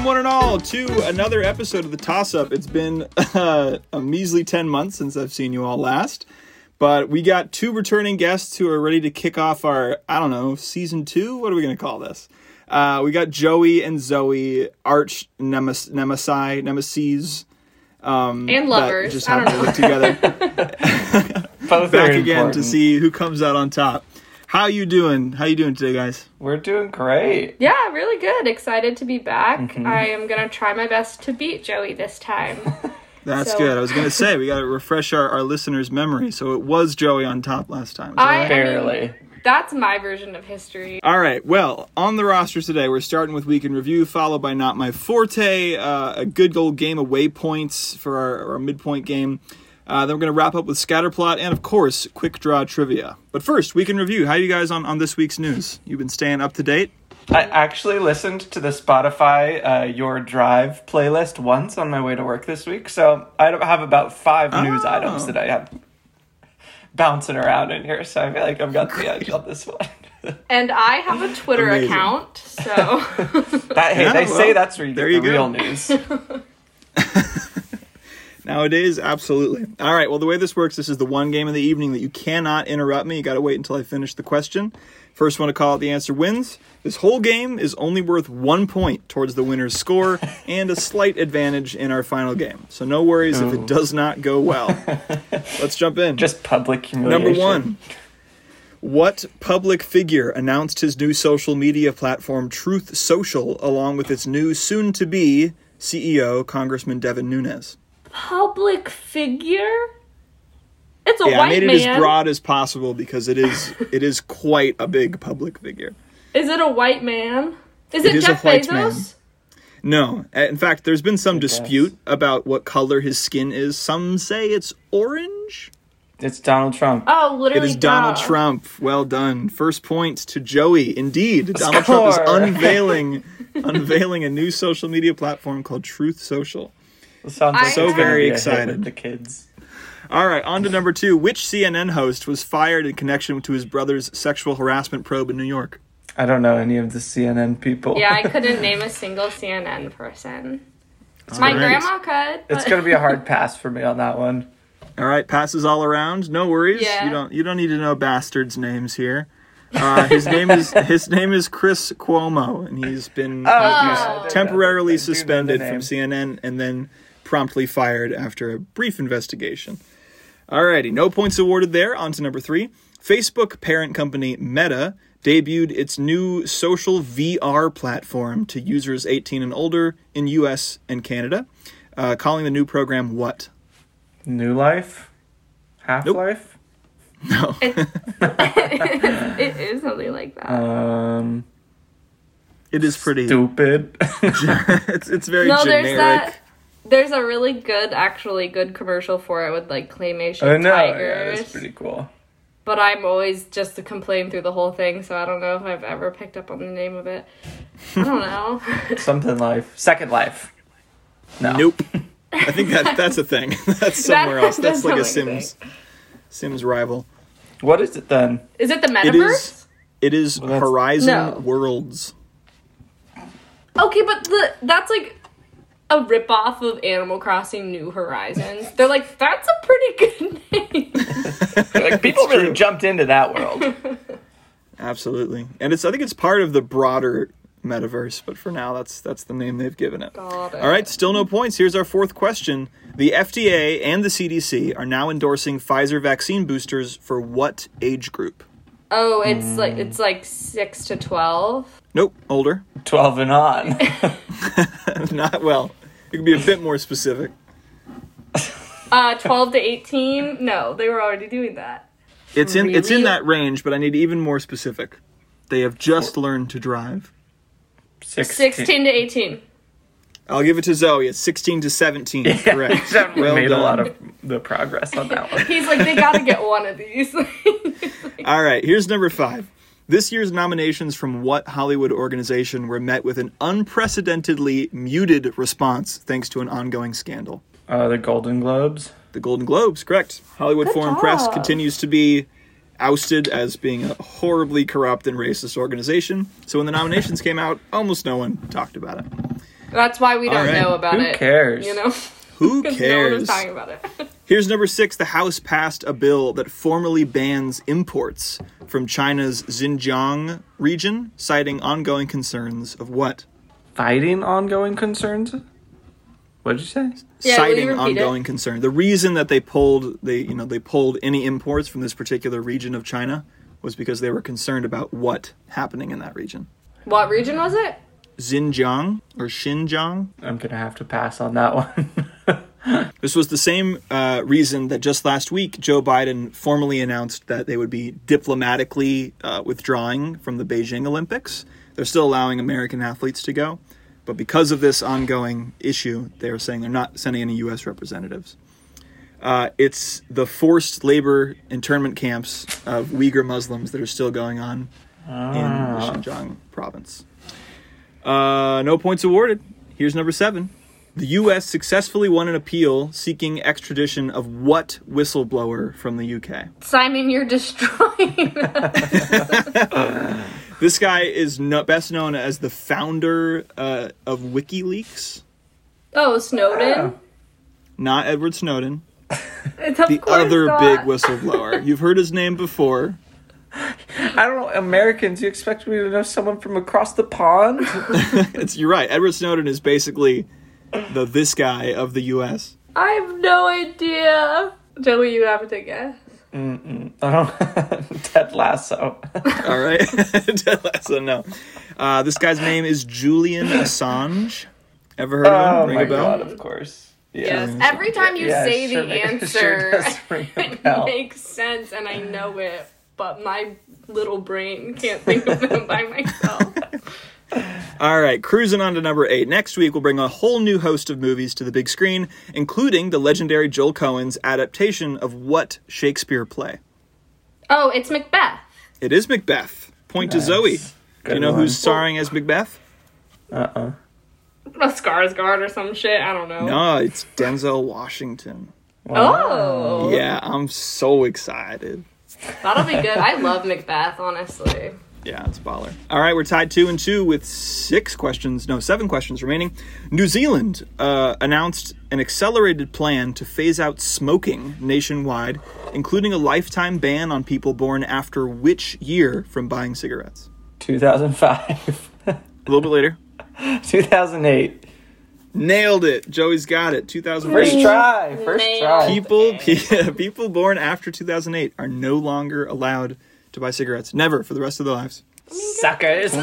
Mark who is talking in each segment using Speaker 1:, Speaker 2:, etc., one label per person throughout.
Speaker 1: one and all, to another episode of the Toss Up. It's been uh, a measly 10 months since I've seen you all last, but we got two returning guests who are ready to kick off our, I don't know, season two? What are we going to call this? Uh, we got Joey and Zoe, arch nemes- nemesi, nemesis. Um,
Speaker 2: And
Speaker 1: that
Speaker 2: lovers.
Speaker 1: Just
Speaker 2: I don't
Speaker 1: happen to
Speaker 2: know.
Speaker 1: live together.
Speaker 3: Both
Speaker 1: Back
Speaker 3: are
Speaker 1: again to
Speaker 3: important.
Speaker 1: see who comes out on top. How you doing? How you doing today, guys?
Speaker 3: We're doing great.
Speaker 2: Yeah, really good. Excited to be back.
Speaker 1: Mm-hmm.
Speaker 2: I am gonna try my best to beat Joey this time.
Speaker 1: That's
Speaker 2: So-
Speaker 1: good. I was gonna say we gotta refresh our, our listeners' memory. So it was Joey on top last time. Is that
Speaker 2: I, I
Speaker 1: right?
Speaker 3: Barely.
Speaker 2: mean, that's my version of history.
Speaker 1: All right. Well, on the roster today, we're starting with week in review, followed by not my forte, uh, a good goal game away points for our, our midpoint game. Uh, then we're gonna wrap up with scatterplot and of course quick draw trivia. But first, week in review. How you guys on on this week's news? You've been staying up to date.
Speaker 3: I actually listened to the Spotify uh, Your Drive playlist once on my way to work this week, so I don't have about five news
Speaker 1: Oh.
Speaker 3: items that I have bouncing around in here. So I feel like I've got the edge on this one.
Speaker 2: And I have a Twitter
Speaker 1: Amazing.
Speaker 2: account, so
Speaker 3: that hey,
Speaker 1: Yeah,
Speaker 3: they
Speaker 1: well,
Speaker 3: say that's where you
Speaker 1: there
Speaker 3: get
Speaker 1: you go.
Speaker 3: the real news.
Speaker 1: Nowadays, absolutely. All right. Well, the way this works, this is the one game in the evening that you cannot interrupt me. You got to wait until I finish the question. First one to call out the answer wins. This whole game is only worth one point towards the winner's score and a slight advantage in our final game. So no worries if it does not go well. Let's jump in.
Speaker 3: Just public humiliation.
Speaker 1: Number one. What public figure announced his new social media platform Truth Social along with its new soon to be CEO, Congressman Devin Nunes?
Speaker 2: public figure. It's a
Speaker 1: yeah, I
Speaker 2: white
Speaker 1: made it
Speaker 2: man.
Speaker 1: as broad as possible because it is it is quite a big public figure.
Speaker 2: Is it a white man? Is it,
Speaker 1: is a
Speaker 2: Jeff
Speaker 1: white
Speaker 2: Bezos?
Speaker 1: man. No, uh, in fact, there's been some dispute about what color his skin is. Some say it's orange.
Speaker 3: It's Donald Trump.
Speaker 2: Oh, literally.
Speaker 1: It is Donald
Speaker 2: duh.
Speaker 1: Trump. Well done. First point to Joey. Indeed, Donald Trump is
Speaker 3: score.
Speaker 1: unveiling unveiling a new social media platform called Truth Social.
Speaker 3: Sounds
Speaker 2: I-
Speaker 3: like
Speaker 2: So
Speaker 3: it's gonna
Speaker 1: very
Speaker 3: be a hit with
Speaker 1: excited.
Speaker 3: the kids.
Speaker 1: All right, on to number two. Which CNN host was fired in connection to his brother's sexual harassment probe in New York?
Speaker 3: I don't know any of the CNN people.
Speaker 2: Yeah, I couldn't name a single CNN person. My
Speaker 1: All right.
Speaker 2: grandma could.
Speaker 3: It's
Speaker 2: but-
Speaker 3: gonna be a hard pass for me on that one.
Speaker 1: All right, passes all around. No worries.
Speaker 2: Yeah.
Speaker 1: You don't you don't need to know bastards' names here. Uh, his name is his name is Chris Cuomo, and he's been uh,
Speaker 3: yeah, I do
Speaker 1: temporarily
Speaker 3: know the- I do know the
Speaker 1: suspended from
Speaker 3: name.
Speaker 1: CNN and then promptly fired after a brief investigation. Alrighty, no points awarded there. On to number three. Facebook parent company Meta debuted its new social VR platform to users 18 and older in U.S. and Canada, uh, calling the new program what?
Speaker 3: New Life, Half Life.
Speaker 1: No.
Speaker 2: It is something like that.
Speaker 3: Um,
Speaker 1: It is pretty.
Speaker 3: stupid.
Speaker 1: it's it's very
Speaker 2: no,
Speaker 1: generic.
Speaker 2: there's that. There's a really good, actually good commercial for it with like claymation
Speaker 3: I know. Uh, Yeah,
Speaker 2: tigers.
Speaker 3: that's pretty cool.
Speaker 2: But I'm always just to complain through the whole thing, so I don't know if I've ever picked up on the name of it. I don't know.
Speaker 3: Something Life, Second Life. No.
Speaker 1: Nope. I think that that's a thing. That's somewhere else. That's
Speaker 2: does
Speaker 1: like a
Speaker 2: sound like a
Speaker 1: Sims Sims rival.
Speaker 3: What is it then?
Speaker 2: is it the
Speaker 1: It
Speaker 2: metaverse?
Speaker 1: is it is
Speaker 3: that's-
Speaker 1: Horizon
Speaker 2: No.
Speaker 1: Worlds.
Speaker 2: Okay, but the, that's like a ripoff of Animal Crossing New Horizons. They're like, that's a pretty good name.
Speaker 3: Like people really jumped into that world.
Speaker 1: Absolutely. And it's I think it's part of the broader metaverse, but for now that's that's the name they've given it.
Speaker 2: Got it.
Speaker 1: All right, still no points. Here's our fourth question. The FDA and the CDC are now endorsing Pfizer vaccine boosters for what age group?
Speaker 2: Oh, it's like it's like six to twelve.
Speaker 1: Nope, older.
Speaker 3: Twelve and on.
Speaker 1: Not well. You can be a bit more specific.
Speaker 2: Uh, twelve to eighteen. No, they were already doing that.
Speaker 1: It's in it's in
Speaker 2: Really?
Speaker 1: that range, but I need even more specific. They have just learned to drive.
Speaker 3: Sixteen.
Speaker 2: Sixteen to eighteen.
Speaker 1: I'll give it to Zoe. It's 16 to 17. Correct.
Speaker 3: Definitely
Speaker 1: Well
Speaker 3: made
Speaker 1: done.
Speaker 3: a lot of the progress on that one.
Speaker 2: He's like, they gotta get one of these.
Speaker 1: All right, here's number 5. This year's nominations from what Hollywood organization were met with an unprecedentedly muted response thanks to an ongoing scandal?
Speaker 3: Uh, the Golden Globes.
Speaker 1: The Golden Globes, correct. Hollywood
Speaker 2: Good
Speaker 1: Foreign Press
Speaker 2: job.
Speaker 1: continues to be ousted as being a horribly corrupt and racist organization. So when the nominations came out, almost no one talked about it.
Speaker 2: That's why we don't
Speaker 1: right.
Speaker 2: know about
Speaker 3: Who
Speaker 2: it.
Speaker 3: cares?
Speaker 2: You know?
Speaker 1: Who
Speaker 2: 'Cause No one was
Speaker 1: cares?
Speaker 2: talking about it.
Speaker 1: Here's number six the House passed a bill that formally bans imports from China's Xinjiang region, citing ongoing concerns of what?
Speaker 3: Fighting ongoing concerns? What'd you say?
Speaker 2: Yeah, will you
Speaker 1: citing
Speaker 2: repeat it?
Speaker 1: ongoing concern. The reason that they pulled they you know they pulled any imports from this particular region of China was because they were concerned about what happening in that region.
Speaker 2: what region was it?
Speaker 1: Xinjiang or Xinjiang.
Speaker 3: I'm gonna have to pass on that one.
Speaker 1: This was the same uh, reason that just last week Joe Biden formally announced that they would be diplomatically uh, withdrawing from the Beijing Olympics. They're still allowing American athletes to go, but because of this ongoing issue, they are saying they're not sending any U.S. representatives. Uh, it's the forced labor internment camps of Uyghur Muslims that are still going on in the Xinjiang province. Uh, no points awarded. Here's number seven. The U.S. successfully won an appeal seeking extradition of what whistleblower from the U.K.?
Speaker 2: Simon, you're destroying us.
Speaker 1: This guy is no, best known as the founder uh, of WikiLeaks,
Speaker 2: Oh, Snowden?
Speaker 1: not Edward Snowden,
Speaker 2: It's of
Speaker 1: the
Speaker 2: course
Speaker 1: other
Speaker 2: not.
Speaker 1: big whistleblower. You've heard his name before.
Speaker 3: I don't know, Americans, you expect me to know someone from across the pond?
Speaker 1: It's, you're right. Edward Snowden is basically the this guy of the U.S.
Speaker 2: I have no idea. Joey, you have to guess.
Speaker 3: I don't Um, Ted Lasso.
Speaker 1: All right. so no. Uh, this guy's name is Julian Assange. Ever heard of
Speaker 3: Oh
Speaker 1: him? Ring
Speaker 3: my
Speaker 1: a bell?
Speaker 3: god, of course.
Speaker 2: Yes. Every time you
Speaker 3: Yeah,
Speaker 2: say
Speaker 3: it sure
Speaker 2: the
Speaker 3: ma- it
Speaker 2: answer,
Speaker 3: sure does ring a bell.
Speaker 2: it makes sense and I know it, but my little brain can't think of them by myself.
Speaker 1: All right, cruising on to number eight. Next week, we'll bring a whole new host of movies to the big screen, including the legendary Joel Cohen's adaptation of what Shakespeare play?
Speaker 2: Oh, it's Macbeth.
Speaker 1: It is Macbeth. Point to
Speaker 3: Nice.
Speaker 1: Zoe. Do you
Speaker 3: Good
Speaker 1: know
Speaker 3: one.
Speaker 1: who's starring as Macbeth?
Speaker 3: Uh uh
Speaker 2: A Skarsgård or some shit. I don't know.
Speaker 1: No, it's Denzel Washington.
Speaker 2: Oh,
Speaker 1: Yeah, I'm so excited.
Speaker 2: that'll be good. I love Macbeth, honestly.
Speaker 1: Yeah, it's a baller. All right, we're tied two and two with six questions, no, seven questions remaining. New Zealand uh, announced an accelerated plan to phase out smoking nationwide, including a lifetime ban on people born after which year from buying cigarettes?
Speaker 3: 2005.
Speaker 1: A little bit later.
Speaker 3: 2008.
Speaker 1: Nailed it. Joey's got it. 2008.
Speaker 3: First try. First
Speaker 2: Nailed
Speaker 3: try.
Speaker 2: it.
Speaker 1: People, pe- people born after 2008 are no longer allowed to buy cigarettes. Never for the rest of their lives.
Speaker 3: suckers.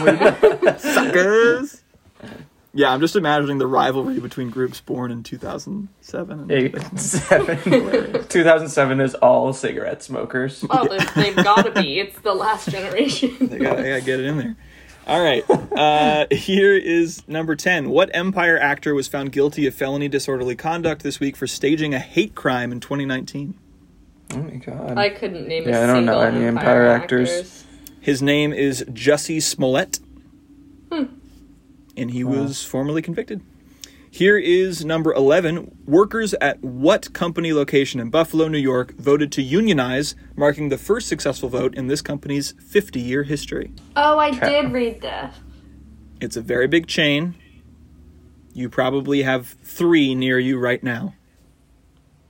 Speaker 1: Suckers. Yeah, I'm just imagining the rivalry between groups born in 2007. and
Speaker 3: Seven. 2007 is all cigarette smokers.
Speaker 2: Oh, they, they've got to be. It's the last generation.
Speaker 1: I gotta, I gotta get it in there. All right. Uh, here is number 10. What Empire actor was found guilty of felony disorderly conduct this week for staging a hate crime in 2019?
Speaker 3: Oh my god.
Speaker 2: I couldn't name.
Speaker 3: Yeah,
Speaker 2: I
Speaker 3: I don't know any Empire actors.
Speaker 1: His name is Jussie Smollett. And he was formerly convicted. Here is number 11. Workers at what company location in Buffalo, New York voted to unionize, marking the first successful vote in this company's 50 year history?
Speaker 2: Oh, I did read this.
Speaker 1: It's a very big chain. You probably have three near you right now.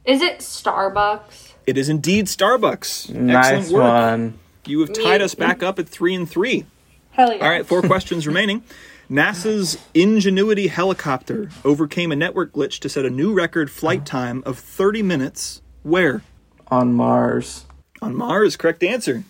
Speaker 2: Is it Starbucks?
Speaker 1: It is indeed Starbucks.
Speaker 3: nice one.
Speaker 1: You have tied us back up at three and three.
Speaker 2: Hell yeah!
Speaker 1: All right, four questions remaining. NASA's Ingenuity helicopter overcame a network glitch to set a new record flight time of 30 minutes. Where?
Speaker 3: On Mars.
Speaker 1: On Mars. Correct answer.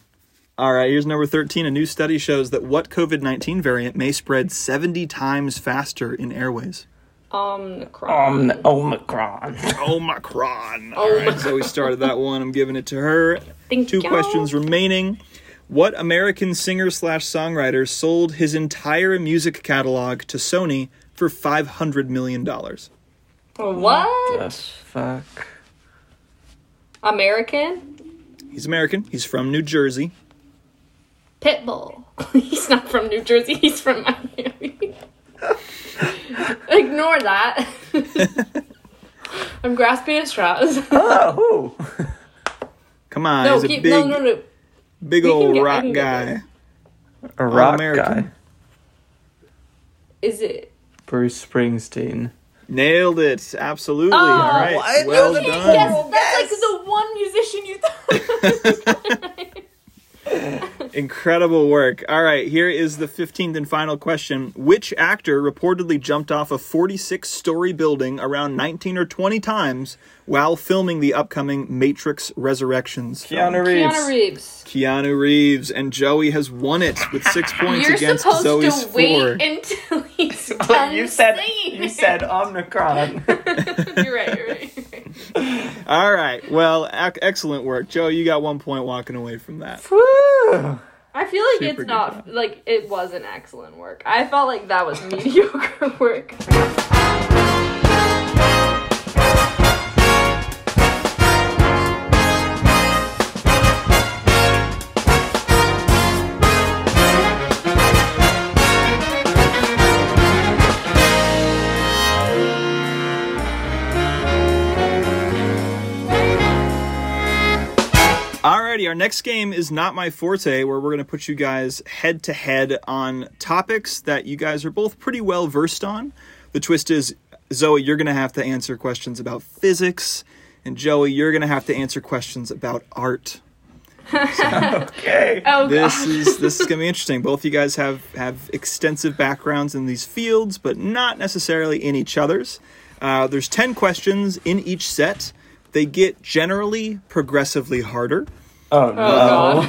Speaker 1: All right, here's number 13. A new study shows that what COVID 19 variant may spread 70 times faster in airways?
Speaker 2: Omnicron.
Speaker 3: Um, Omicron.
Speaker 1: Omicron. All right, so we started that one. I'm giving it to her.
Speaker 2: Thank
Speaker 1: Two
Speaker 2: you.
Speaker 1: questions remaining. What American singer slash songwriter sold his entire music catalog to Sony for five hundred million dollars?
Speaker 2: What?
Speaker 3: Yes, fuck.
Speaker 2: American?
Speaker 1: He's American. He's from New Jersey.
Speaker 2: Pitbull. he's not from New Jersey, he's from Miami. Ignore that. I'm grasping at straws.
Speaker 3: Oh, who?
Speaker 1: Come on,
Speaker 2: no,
Speaker 1: he's a
Speaker 2: keep,
Speaker 1: big,
Speaker 2: no, no, no.
Speaker 1: big
Speaker 2: can
Speaker 1: old
Speaker 2: get- I
Speaker 1: rock
Speaker 2: can get
Speaker 1: guy.
Speaker 2: this.
Speaker 3: a rock
Speaker 1: American.
Speaker 3: guy.
Speaker 2: Is it
Speaker 3: Bruce Springsteen.
Speaker 1: Nailed it. Absolutely.
Speaker 2: Oh,
Speaker 1: All right.
Speaker 4: what?
Speaker 1: Well
Speaker 4: You can't
Speaker 1: done.
Speaker 2: Yes, that's
Speaker 4: Yes.
Speaker 2: like the one musician you thought.
Speaker 1: Incredible work. All right, here is the 15th and final question. Which actor reportedly jumped off a 46 story building around 19 or 20 times while filming the upcoming Matrix Resurrections? film?
Speaker 3: Keanu Reeves.
Speaker 2: Keanu Reeves.
Speaker 1: Keanu Reeves. And Joey has won it with six points
Speaker 2: You're
Speaker 1: against
Speaker 2: supposed
Speaker 1: Zoe's
Speaker 2: to wait
Speaker 1: four.
Speaker 2: until he's
Speaker 3: Well,
Speaker 2: done
Speaker 3: you said
Speaker 2: singing.
Speaker 3: you said Omnicron.
Speaker 2: you're right. You're right. You're right.
Speaker 1: All right, well, ac- excellent work. Joe, you got one point walking away from that.
Speaker 3: Woo!
Speaker 2: I feel like
Speaker 1: Super
Speaker 2: it's
Speaker 1: good
Speaker 2: not like it wasn't excellent work. I felt like that was mediocre work.
Speaker 1: Alrighty, our next game is not my forte, where we're gonna put you guys head to head on topics that you guys are both pretty well versed on. The twist is, Zoe, you're gonna have to answer questions about physics, and Joey, you're gonna have to answer questions about art.
Speaker 3: Okay.
Speaker 2: Oh
Speaker 1: This
Speaker 2: god.
Speaker 1: is this is gonna be interesting. Both you guys have have extensive backgrounds in these fields, but not necessarily in each other's. Uh, there's ten questions in each set. They get generally progressively harder.
Speaker 3: Oh no.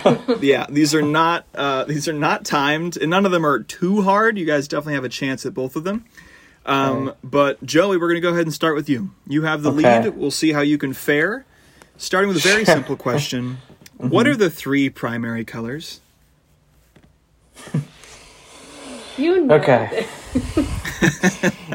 Speaker 2: Oh god.
Speaker 1: yeah these are not uh, these are not timed and none of them are too hard you guys definitely have a chance at both of them um, but joey we're going to go ahead and start with you you have the
Speaker 3: Okay.
Speaker 1: lead we'll see how you can fare starting with a very simple question what are the three primary colors
Speaker 2: You know
Speaker 3: Okay.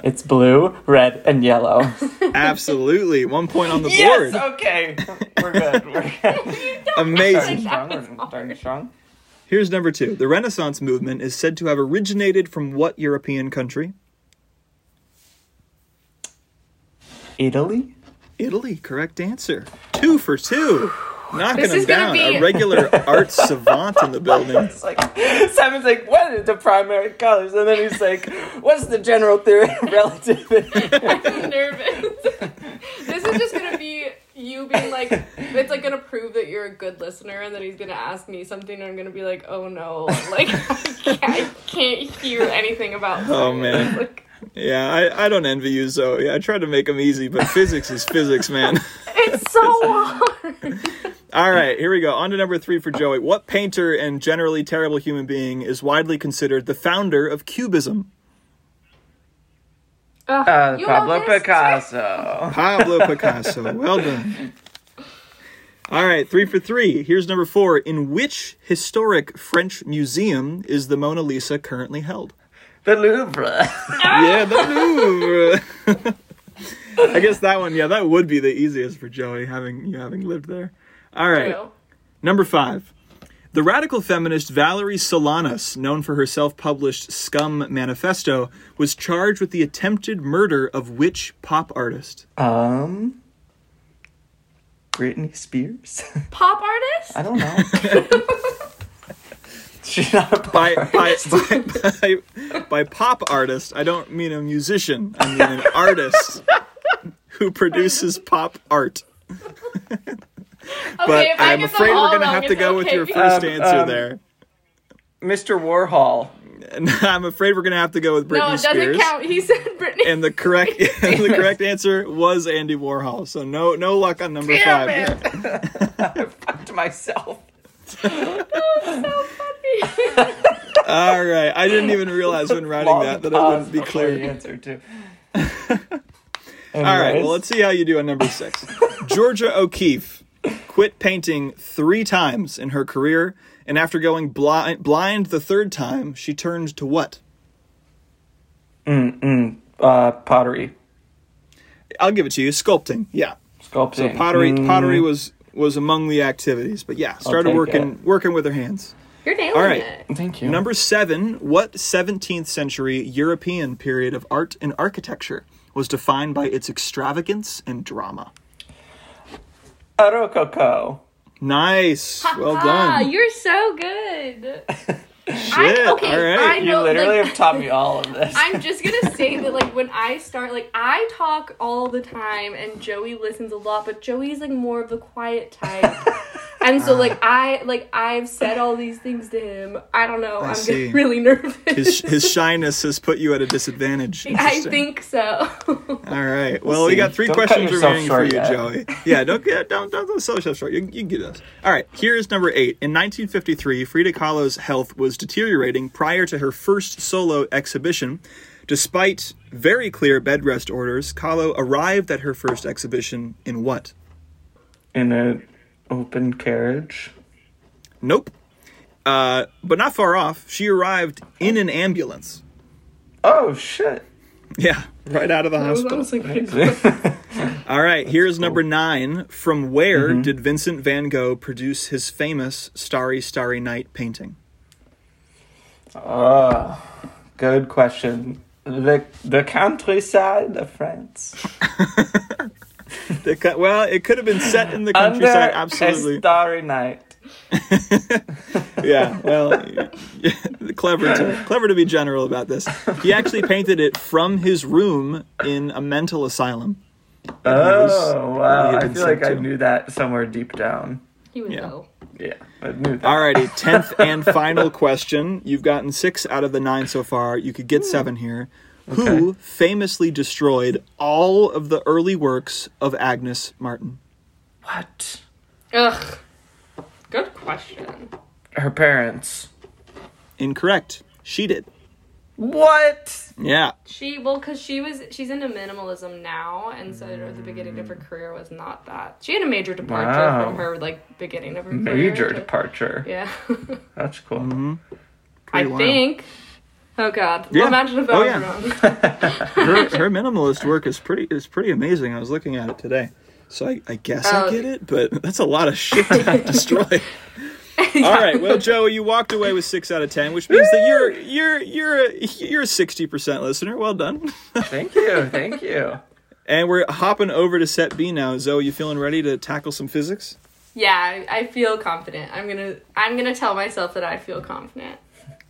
Speaker 3: it's blue, red, and yellow.
Speaker 1: absolutely one point on the board
Speaker 3: Yes. Okay. We're good. We're good.
Speaker 1: amazing
Speaker 3: Darn strong. We're darn strong.
Speaker 1: here's number two the renaissance movement is said to have originated from what european country
Speaker 3: Italy.
Speaker 1: Italy, correct answer. Two for two. Knocking
Speaker 2: This
Speaker 1: him
Speaker 2: is gonna
Speaker 1: down.
Speaker 2: be-
Speaker 1: A regular art savant in the building.
Speaker 3: It's like Simon's like, what is the primary colors? And then he's like, what's the general theory of relativity?
Speaker 2: I'm nervous. this is just gonna be you being like, it's like gonna prove that you're a good listener, and then he's gonna ask me something, and I'm gonna be like, oh no, like I can't, I can't hear anything about.
Speaker 1: Oh,
Speaker 2: science.
Speaker 1: man.
Speaker 2: Like,
Speaker 1: Yeah, I, I don't envy you, Zoe. I tried to make them easy, but physics is physics, man.
Speaker 2: it's so hard.
Speaker 1: All right, here we go. On to number three for Joey. What painter and generally terrible human being is widely considered the founder of Cubism?
Speaker 2: Ugh,
Speaker 3: Uh,
Speaker 2: you know
Speaker 3: Pablo
Speaker 2: this?
Speaker 3: Picasso.
Speaker 1: Pablo Picasso. Well done. All right, three for three. Here's number four. In which historic French museum is the Mona Lisa currently held?
Speaker 3: The Louvre.
Speaker 1: yeah, the Louvre. I guess that one, yeah, that would be the easiest for Joey, having you having lived there. All right,
Speaker 2: True.
Speaker 1: number five. The radical feminist Valerie Solanas, known for her self published Scum Manifesto, was charged with the attempted murder of which pop artist?
Speaker 3: Um, Britney Spears.
Speaker 2: Pop artist?
Speaker 3: I don't know. She's not a pop
Speaker 1: By,
Speaker 3: artist.
Speaker 1: by, by, by, by pop artist, I don't mean a musician, I mean an artist who produces pop art. But
Speaker 2: Okay, if I
Speaker 1: I'm
Speaker 2: get them
Speaker 1: afraid
Speaker 2: all
Speaker 1: we're going to
Speaker 2: wrong,
Speaker 1: have to
Speaker 2: it's
Speaker 1: go with
Speaker 2: okay.
Speaker 1: your first
Speaker 3: Um,
Speaker 1: answer
Speaker 3: um,
Speaker 1: there.
Speaker 3: Mr. Warhol.
Speaker 1: And I'm afraid we're gonna have to go with Britney
Speaker 2: No, it doesn't
Speaker 1: Spears.
Speaker 2: count. He said Britney.
Speaker 1: And the correct and the correct answer was Andy Warhol. So no no luck on number five.
Speaker 3: Damn
Speaker 1: there.
Speaker 3: I fucked myself.
Speaker 1: All right, I didn't even realize when writing
Speaker 3: Long
Speaker 1: that that it
Speaker 3: pause
Speaker 1: wouldn't be
Speaker 3: before
Speaker 1: clear.
Speaker 3: The answer too.
Speaker 1: All right, well let's see how you do on number six. Georgia O'Keeffe quit painting three times in her career, and after going blind blind the third time, she turned to what?
Speaker 3: Uh, pottery,
Speaker 1: I'll give it to you. Sculpting. Yeah.
Speaker 3: sculpting.
Speaker 1: So pottery pottery was was among the activities, but yeah, started
Speaker 3: take
Speaker 1: working working with her hands.
Speaker 2: You're nailing
Speaker 1: All right.
Speaker 2: it.
Speaker 3: Thank you.
Speaker 1: Number seven, what 17th century European period of art and architecture was defined by its extravagance and drama?
Speaker 3: a rococo.
Speaker 1: Nice. Well
Speaker 2: Ah,
Speaker 1: done.
Speaker 2: you're so good.
Speaker 1: Shit.
Speaker 2: okay,
Speaker 1: all
Speaker 2: I
Speaker 1: right.
Speaker 3: You
Speaker 2: know,
Speaker 3: literally
Speaker 2: like-
Speaker 3: have taught me all of this.
Speaker 2: I'm just gonna say that like when I start like I talk all the time and Joey listens a lot, but Joey's like more of the quiet type. and
Speaker 1: Uh-huh.
Speaker 2: so like I like I've said all these things to him. I don't know. I am
Speaker 1: see.
Speaker 2: getting really nervous.
Speaker 1: His, his shyness has put you at a disadvantage.
Speaker 2: I
Speaker 1: Interesting.
Speaker 2: think so.
Speaker 1: All right. Well, we
Speaker 3: see.
Speaker 1: got three
Speaker 3: Don't cut
Speaker 1: questions
Speaker 3: yourself
Speaker 1: remaining for
Speaker 3: short
Speaker 1: you,
Speaker 3: yet.
Speaker 1: Joey. Yeah, don't get don't don't, don't sell yourself short. You, you can get this. All right. Here is number eight. In 1953, Frida Kahlo's health was deteriorating prior to her first solo exhibition. Despite very clear bed rest orders, Kahlo arrived at her first exhibition in what?
Speaker 3: In an open carriage.
Speaker 1: Nope. Uh, but not far off, she arrived in an ambulance.
Speaker 3: Oh shit.
Speaker 1: Yeah, right out of the
Speaker 2: I was
Speaker 1: hospital.
Speaker 2: honestly pretty
Speaker 1: All right, here's number nine. From where
Speaker 3: Mm-hmm.
Speaker 1: did Vincent van Gogh produce his famous Starry, Starry Night painting?
Speaker 3: oh, good question. The the countryside of France.
Speaker 1: The co- well, it could have been set in the countryside.
Speaker 3: Under
Speaker 1: absolutely.
Speaker 3: a starry night.
Speaker 1: yeah, well, clever, to, clever to be general about this. He actually painted it from his room in a mental asylum.
Speaker 3: Oh wow!
Speaker 1: he had
Speaker 3: I
Speaker 1: been
Speaker 3: feel like
Speaker 1: sent
Speaker 3: I
Speaker 1: to.
Speaker 3: knew that somewhere deep down.
Speaker 2: He was
Speaker 1: Yeah.
Speaker 2: though.
Speaker 3: Yeah, I knew that.
Speaker 1: Alrighty, tenth and final question. You've gotten six out of the nine so far. You could get seven here. Who
Speaker 3: Hmm. Okay.
Speaker 1: famously destroyed all of the early works of Agnes Martin?
Speaker 3: What?
Speaker 2: Ugh. Good question.
Speaker 3: Her parents.
Speaker 1: Incorrect. She did.
Speaker 3: What?
Speaker 1: Yeah.
Speaker 2: She well, cause she was she's into minimalism now, and so at the beginning of her career was not that. She had a major departure
Speaker 3: Wow.
Speaker 2: from her like beginning of her
Speaker 3: Major
Speaker 2: career.
Speaker 3: departure.
Speaker 2: Yeah.
Speaker 3: That's cool.
Speaker 2: I
Speaker 1: Mm-hmm. Pretty wild.
Speaker 2: think. Oh god.
Speaker 1: Yeah.
Speaker 2: Imagine if I
Speaker 1: Oh,
Speaker 2: was
Speaker 1: yeah.
Speaker 2: wrong.
Speaker 1: Her, her minimalist work is pretty is pretty amazing. I was looking at it today. So I, I guess I
Speaker 2: Oh.
Speaker 1: get it, but that's a lot of shit to destroy. All right, well, Joey, you walked away with six out of ten, which means that you're you're you're a, you're a sixty percent listener. Well done.
Speaker 3: Thank you. Thank you.
Speaker 1: And we're hopping over to set B now. Zoe, you feeling ready to tackle some physics?
Speaker 2: Yeah, I, I feel confident. I'm gonna I'm gonna tell myself that I feel confident.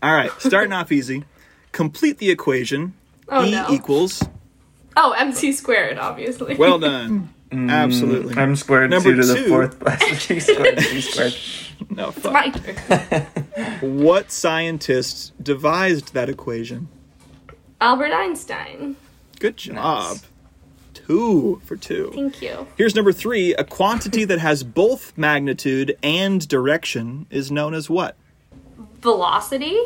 Speaker 1: All right, starting off easy. Complete the equation.
Speaker 2: Oh,
Speaker 1: e
Speaker 2: no.
Speaker 1: equals.
Speaker 2: Oh, MC squared, obviously.
Speaker 1: Well done. Absolutely.
Speaker 3: I'm squared
Speaker 1: Number
Speaker 3: two to
Speaker 1: two.
Speaker 3: the fourth plus g squared g squared.
Speaker 1: no fuck.
Speaker 2: My turn.
Speaker 1: What scientist devised that equation?
Speaker 2: Albert Einstein.
Speaker 1: Good job. Two for two.
Speaker 2: Thank you.
Speaker 1: Here's number three. A quantity that has both magnitude and direction is known as what?
Speaker 2: Velocity.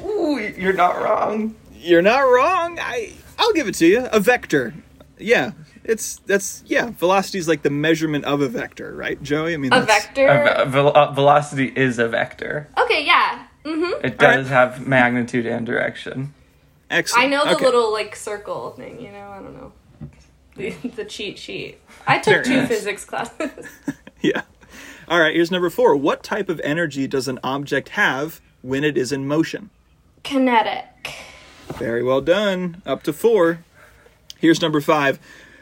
Speaker 3: Ooh, you're not wrong.
Speaker 1: You're not wrong. I I'll give it to you. A vector. Yeah. It's that's yeah. Velocity is like the measurement of a vector, right, Joey? I mean,
Speaker 2: A
Speaker 1: that's,
Speaker 2: vector.
Speaker 3: A ve- vel- uh, velocity is a vector.
Speaker 2: okay, yeah. Mm-hmm.
Speaker 3: It
Speaker 1: All right.
Speaker 3: does have magnitude and direction.
Speaker 1: Excellent.
Speaker 2: I know the
Speaker 1: Okay.
Speaker 2: little like circle thing, you know, I don't know. The, the cheat sheet. I took
Speaker 1: Very
Speaker 2: two
Speaker 1: nice.
Speaker 2: physics classes.
Speaker 1: Yeah. All right. Here's number four. What type of energy does an object have when it is in motion?
Speaker 2: Kinetic.
Speaker 1: Very well done. Up to four. Here's number five.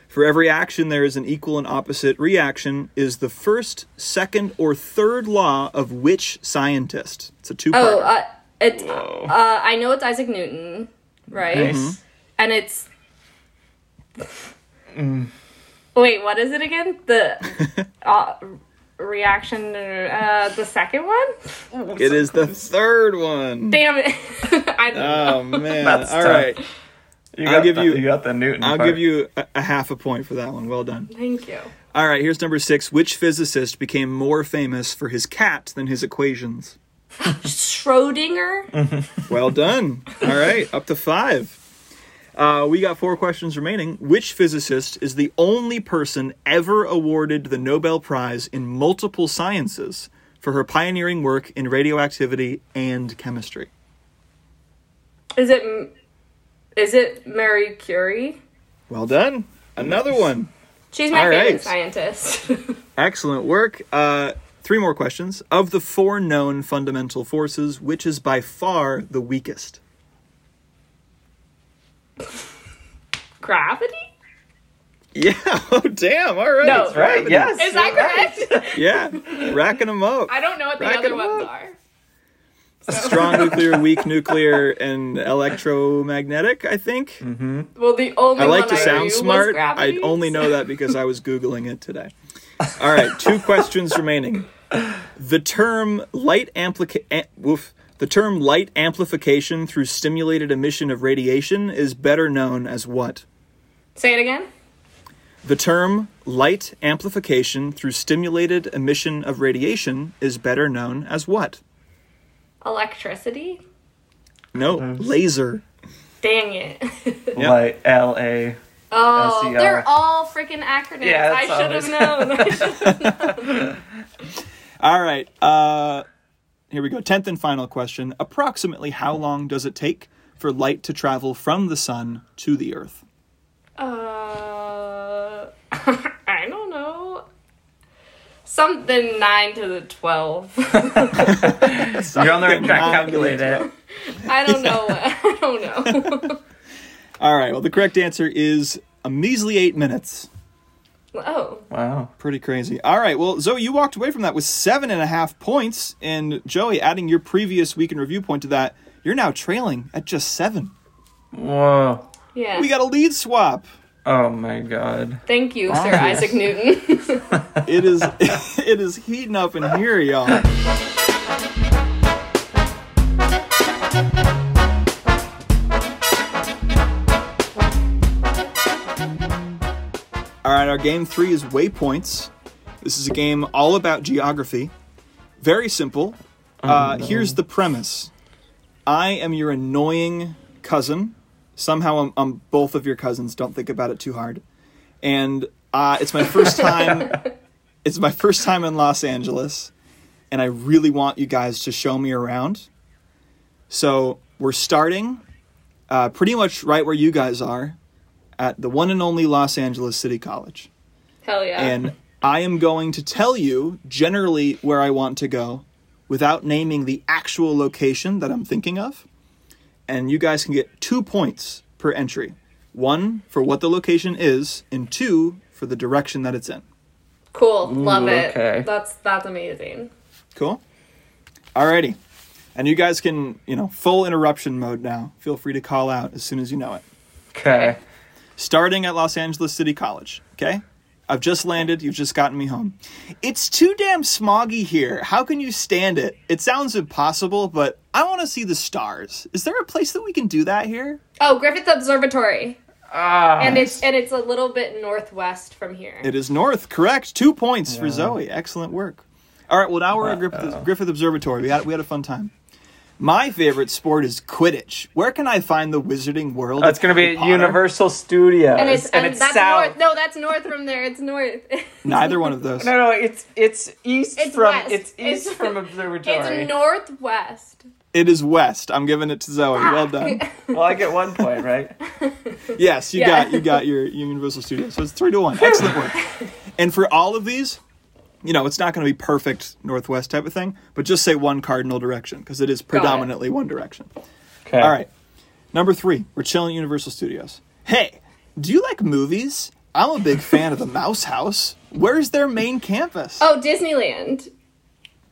Speaker 1: For every action, there is an equal and opposite reaction. Is the first, second, or third law of which scientist? It's a two-part.
Speaker 2: Oh, uh, it's
Speaker 3: Whoa.
Speaker 2: uh, I know it's Isaac Newton, right?
Speaker 1: Mm-hmm.
Speaker 3: Nice.
Speaker 2: And it's
Speaker 1: Mm.
Speaker 2: Wait, what is it again? The uh, reaction uh the second one?
Speaker 1: it is the third one.
Speaker 2: Damn it. I don't know.
Speaker 1: Oh man!
Speaker 3: That's
Speaker 1: All
Speaker 3: tough.
Speaker 1: right,
Speaker 3: You
Speaker 1: I'll
Speaker 3: got
Speaker 1: give
Speaker 3: the,
Speaker 1: you-
Speaker 3: got the Newton.
Speaker 1: I'll
Speaker 3: part.
Speaker 1: give you a, a half a point for that one. Well done.
Speaker 2: Thank you.
Speaker 1: All right, here's number six. Which physicist became more famous for his cat than his equations?
Speaker 2: Schrodinger?
Speaker 1: Mm. Well done. All right, up to five. Uh, we got four questions remaining. Which physicist is the only person ever awarded the Nobel Prize in multiple sciences for her pioneering work in radioactivity and chemistry?
Speaker 2: Is it is it Mary Curie?
Speaker 1: Well done. Another one.
Speaker 2: She's my
Speaker 1: All
Speaker 2: favorite
Speaker 1: right.
Speaker 2: scientist.
Speaker 1: Excellent work. Uh, three more questions. Of the four known fundamental forces, which is by far the weakest?
Speaker 2: Gravity?
Speaker 1: Yeah. Oh, damn. All right.
Speaker 2: No.
Speaker 1: It's
Speaker 3: Right,
Speaker 1: happening.
Speaker 3: yes.
Speaker 2: Is that correct?
Speaker 1: Yeah. Racking them up.
Speaker 2: I don't know what the
Speaker 1: Rack
Speaker 2: other
Speaker 1: it
Speaker 2: ones
Speaker 1: up.
Speaker 2: are.
Speaker 1: strong nuclear, weak nuclear, and electromagnetic. I think.
Speaker 2: Well, the only
Speaker 1: I like
Speaker 2: one
Speaker 1: to
Speaker 2: I knew
Speaker 1: sound
Speaker 2: was
Speaker 1: smart. I
Speaker 2: gravity,
Speaker 1: only know
Speaker 2: so-
Speaker 1: that because I was googling it today. All right, two questions remaining. The term light amplica- am- woof, the term light amplification through stimulated emission of radiation is better known as what?
Speaker 2: Say it again.
Speaker 1: The term light amplification through stimulated emission of radiation is better known as what?
Speaker 2: Electricity.
Speaker 1: No, laser.
Speaker 2: Dang it.
Speaker 3: Like L A. E
Speaker 2: Oh,
Speaker 3: SEO.
Speaker 2: they're all freaking acronyms.
Speaker 3: Yeah,
Speaker 2: I
Speaker 3: that's
Speaker 2: should
Speaker 3: obvious.
Speaker 2: have known. I should've-
Speaker 1: All right. Uh, here we go. Tenth and final question. Approximately how long does it take for light to travel from the sun to the earth?
Speaker 2: uh, I don't know. Something nine to the twelve.
Speaker 3: You're on the right track.
Speaker 1: Nine
Speaker 3: Calculate it.
Speaker 2: I don't know. I don't know.
Speaker 1: All right. Well, the correct answer is a measly eight minutes.
Speaker 2: oh,
Speaker 3: Wow.
Speaker 1: Pretty crazy. All right. Well, Zoe, you walked away from that with seven and a half points, and Joey, adding your previous week in review point to that, you're now trailing at just seven.
Speaker 3: Whoa.
Speaker 2: yeah.
Speaker 1: We got a lead swap.
Speaker 3: Oh my god.
Speaker 2: Thank you, Sir Isaac Newton.
Speaker 1: It is, it is heating up in here, y'all. All right, our game three is Waypoints. This is a game all about geography. Very simple. uh, Here's the premise I am your annoying cousin. Somehow I'm, I'm both of your cousins. Don't think about it too hard. And uh, it's my first time. it's my first time in Los Angeles, and I really want you guys to show me around. So we're starting uh, pretty much right where you guys are at the one and only Los Angeles City College.
Speaker 2: Hell yeah.
Speaker 1: And I am going to tell you generally where I want to go without naming the actual location that I'm thinking of. And you guys can get two points per entry one for what the location is, and two for the direction that it's in.
Speaker 2: cool. Love it.
Speaker 3: okay.
Speaker 2: That's that's amazing.
Speaker 1: Cool? Alrighty. And you guys can, you know, full interruption mode now. Feel free to call out as soon as you know it.
Speaker 3: Okay.
Speaker 1: starting at Los Angeles City College. Okay? I've just landed. You've just gotten me home. It's too damn smoggy here. How can you stand it? It sounds impossible, but I want to see the stars. Is there a place that we can do that here?
Speaker 2: Oh, Griffith Observatory.
Speaker 3: Ah.
Speaker 2: And it's and it's a little bit northwest from here.
Speaker 1: It is north, correct. Two points for Zoe. Excellent work. All right, well, now we're at Griffith, Griffith Observatory. We had, we had a fun time. My favorite sport is Quidditch. Where can I find the Wizarding World?
Speaker 3: That's
Speaker 1: of
Speaker 3: gonna be
Speaker 1: Harry
Speaker 3: at
Speaker 1: Potter?
Speaker 3: Universal Studios,
Speaker 2: and it's, and that's
Speaker 3: south.
Speaker 2: north. No, that's north from there. It's north.
Speaker 1: Neither one of those.
Speaker 3: No, no, it's it's east
Speaker 2: It's
Speaker 3: from
Speaker 2: west.
Speaker 3: it's east
Speaker 2: It's-
Speaker 3: from observatory.
Speaker 2: it's northwest.
Speaker 1: It is west. I'm giving it to Zoe.
Speaker 3: Ah.
Speaker 1: Well done.
Speaker 3: well, I get one point, right?
Speaker 1: Yes, you
Speaker 2: Yeah.
Speaker 1: got you got your Universal Studios. So it's three to one. Excellent work. And for all of these, you know, it's not going to be perfect northwest type of thing, but just say one cardinal direction because it is predominantly one direction.
Speaker 3: Okay.
Speaker 1: All right. Number three, we're chilling at Universal Studios. Hey, do you like movies? I'm a big fan of the Mouse House. Where's their main campus?
Speaker 2: Oh, Disneyland.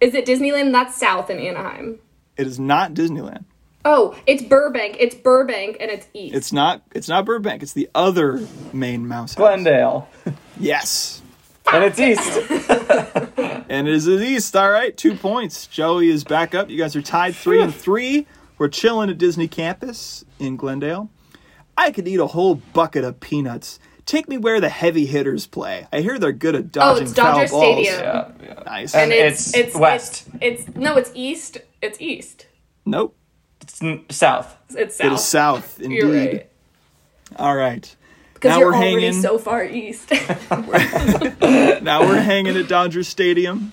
Speaker 2: Is it Disneyland? That's south in Anaheim.
Speaker 1: It is not Disneyland.
Speaker 2: Oh, it's Burbank. It's Burbank and it's east.
Speaker 1: It's not. It's not Burbank. It's the other main Mouse House.
Speaker 3: Glendale,
Speaker 1: Yes.
Speaker 3: and it's east.
Speaker 1: And it is the East. All right, two points. Joey is back up. You guys are tied three and three. We're chilling at Disney Campus in Glendale. I could eat a whole bucket of peanuts. Take me where the heavy hitters play. I hear they're good at dodging
Speaker 2: Oh, it's
Speaker 1: foul
Speaker 2: Dodger
Speaker 1: balls.
Speaker 2: Stadium.
Speaker 3: yeah, yeah.
Speaker 1: Nice.
Speaker 3: And it's- west.
Speaker 2: It's, it's- no, it's east. It's east.
Speaker 1: nope.
Speaker 3: It's n- south.
Speaker 2: It's south.
Speaker 1: It is south, indeed.
Speaker 2: You're right.
Speaker 1: All right.
Speaker 2: Because
Speaker 1: Now
Speaker 2: you're
Speaker 1: we're
Speaker 2: already
Speaker 1: hanging.
Speaker 2: so far east.
Speaker 1: Now we're hanging at Dodger Stadium.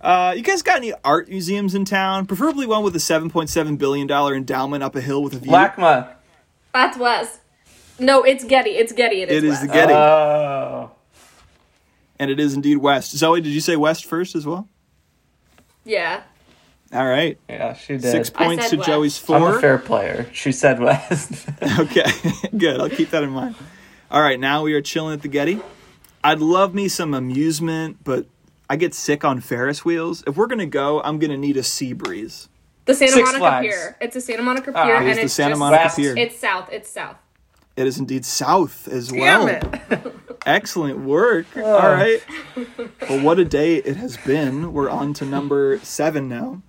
Speaker 1: Uh, you guys got any art museums in town? Preferably one with a $7.7 billion endowment up a hill with a view.
Speaker 3: LACMA.
Speaker 2: That's west. No, it's Getty. It's Getty. It is.
Speaker 1: it is the
Speaker 2: west.
Speaker 1: Getty.
Speaker 3: Oh,
Speaker 1: and it is indeed west. Zoe, did you say west first as well?
Speaker 2: yeah.
Speaker 1: All right,
Speaker 3: yeah, she did.
Speaker 1: six
Speaker 2: I
Speaker 1: points
Speaker 2: said
Speaker 1: to
Speaker 2: west.
Speaker 1: Joey's
Speaker 3: I'm
Speaker 1: 4
Speaker 3: a fair player. She said west.
Speaker 1: okay, good. I'll keep that in mind. All right, now we are chilling at the Getty. I'd love me some amusement, but I get sick on Ferris wheels. If we're gonna go, I'm gonna need a sea breeze.
Speaker 2: The Santa
Speaker 3: Six
Speaker 2: Monica
Speaker 3: Flags.
Speaker 2: Pier. It's a Santa Monica
Speaker 3: Ah,
Speaker 2: Pier,
Speaker 3: it
Speaker 1: It
Speaker 2: and
Speaker 1: is the
Speaker 2: it's
Speaker 1: Santa
Speaker 2: just,
Speaker 1: Monica
Speaker 3: West.
Speaker 1: Pier.
Speaker 2: It's south. It's south.
Speaker 1: It is indeed south as
Speaker 3: Damn
Speaker 1: well.
Speaker 3: it.
Speaker 1: Excellent work. All right. Well, what a day it has been. We're on to number seven now.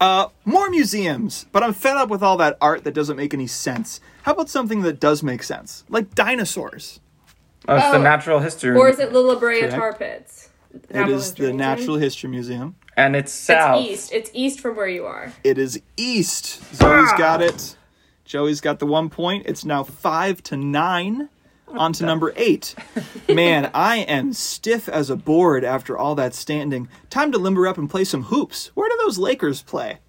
Speaker 1: Uh, more museums, but I'm fed up with all that art that doesn't make any sense. How about something that does make sense, like dinosaurs?
Speaker 3: Oh, it's the
Speaker 2: Oh.
Speaker 3: natural history.
Speaker 2: Or is it the La Brea
Speaker 1: Correct.
Speaker 2: Tar Pits?
Speaker 1: it is the Natural History Museum.
Speaker 3: and it's south.
Speaker 2: It's east. It's east from where you are.
Speaker 1: It is east. Zoe's
Speaker 3: Ah.
Speaker 1: got it. Joey's got the one point. It's now five to nine. On to number eight. Man, I am stiff as a board after all that standing. Time to limber up and play some hoops. Where do those Lakers play?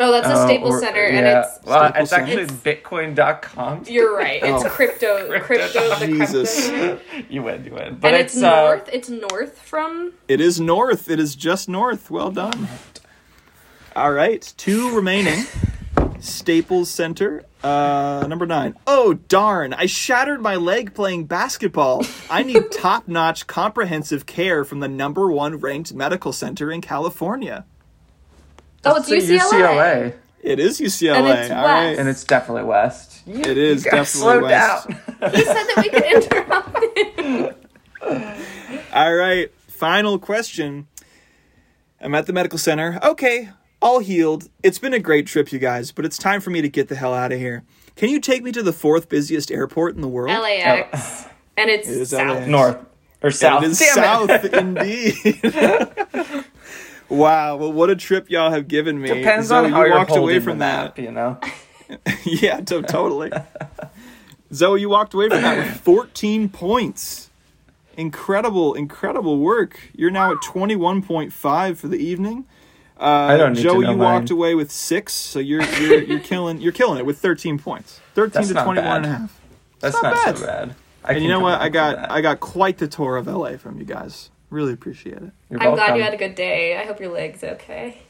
Speaker 2: Oh, that's a
Speaker 1: Uh,
Speaker 3: Oh,
Speaker 2: Staples
Speaker 3: or-
Speaker 2: Center,
Speaker 3: yeah.
Speaker 2: and it's
Speaker 3: well,
Speaker 1: Staples
Speaker 3: it's actually
Speaker 2: Center.
Speaker 3: Bitcoin.com.
Speaker 2: you're right. It's
Speaker 1: Oh.
Speaker 2: crypto, crypto, the
Speaker 1: Jesus.
Speaker 2: crypto.
Speaker 3: You win, you win. But
Speaker 2: And it's,
Speaker 3: uh,
Speaker 2: north. It's north from.
Speaker 1: It is north. It is just north. Well done. All right, two remaining. Staples Center, uh, number nine. Oh darn! I shattered my leg playing basketball. I need top-notch, comprehensive care from the number one ranked medical center in California.
Speaker 2: Oh, it's
Speaker 3: it's a
Speaker 2: UCLA.
Speaker 3: UCLA.
Speaker 1: It is UCLA.
Speaker 2: And it's
Speaker 1: all right.
Speaker 3: And it's definitely west.
Speaker 1: It is
Speaker 3: You gotta
Speaker 1: definitely
Speaker 3: slow
Speaker 1: west.
Speaker 3: down.
Speaker 2: He said that we could interrupt.
Speaker 1: All right, final question. I'm at the medical center. Okay, all healed. It's been a great trip, you guys, but it's time for me to get the hell out of here. Can you take me to the fourth busiest airport in the world?
Speaker 2: LAX, and it's
Speaker 1: It is
Speaker 2: south.
Speaker 1: LAX.
Speaker 3: North. Or south.
Speaker 1: It is
Speaker 3: Damn
Speaker 1: south,
Speaker 3: It.
Speaker 1: indeed. wow, well, what a trip y'all have given me.
Speaker 3: Depends
Speaker 1: Zoe,
Speaker 3: on how
Speaker 1: you
Speaker 3: you're
Speaker 1: walked
Speaker 3: holding
Speaker 1: away from
Speaker 3: the
Speaker 1: that.
Speaker 3: map, you know.
Speaker 1: yeah, to- totally. Zoe, you walked away from that with 14 points. Incredible, incredible work. You're now at 21.5 for the evening. Uh, I
Speaker 3: don't need to
Speaker 1: Joe,
Speaker 3: know
Speaker 1: you
Speaker 3: mine.
Speaker 1: walked away with six, so you're you're, you're killing you're killing it with 13 points, 13
Speaker 3: That's
Speaker 1: to
Speaker 3: not
Speaker 1: 21 and a
Speaker 3: bad.
Speaker 1: half. not
Speaker 3: That's not,
Speaker 1: bad.
Speaker 3: so bad.
Speaker 1: And you know what? I got I got quite the tour of LA from you guys. Really appreciate it.
Speaker 2: I'm glad you had a good day. I hope your leg's okay.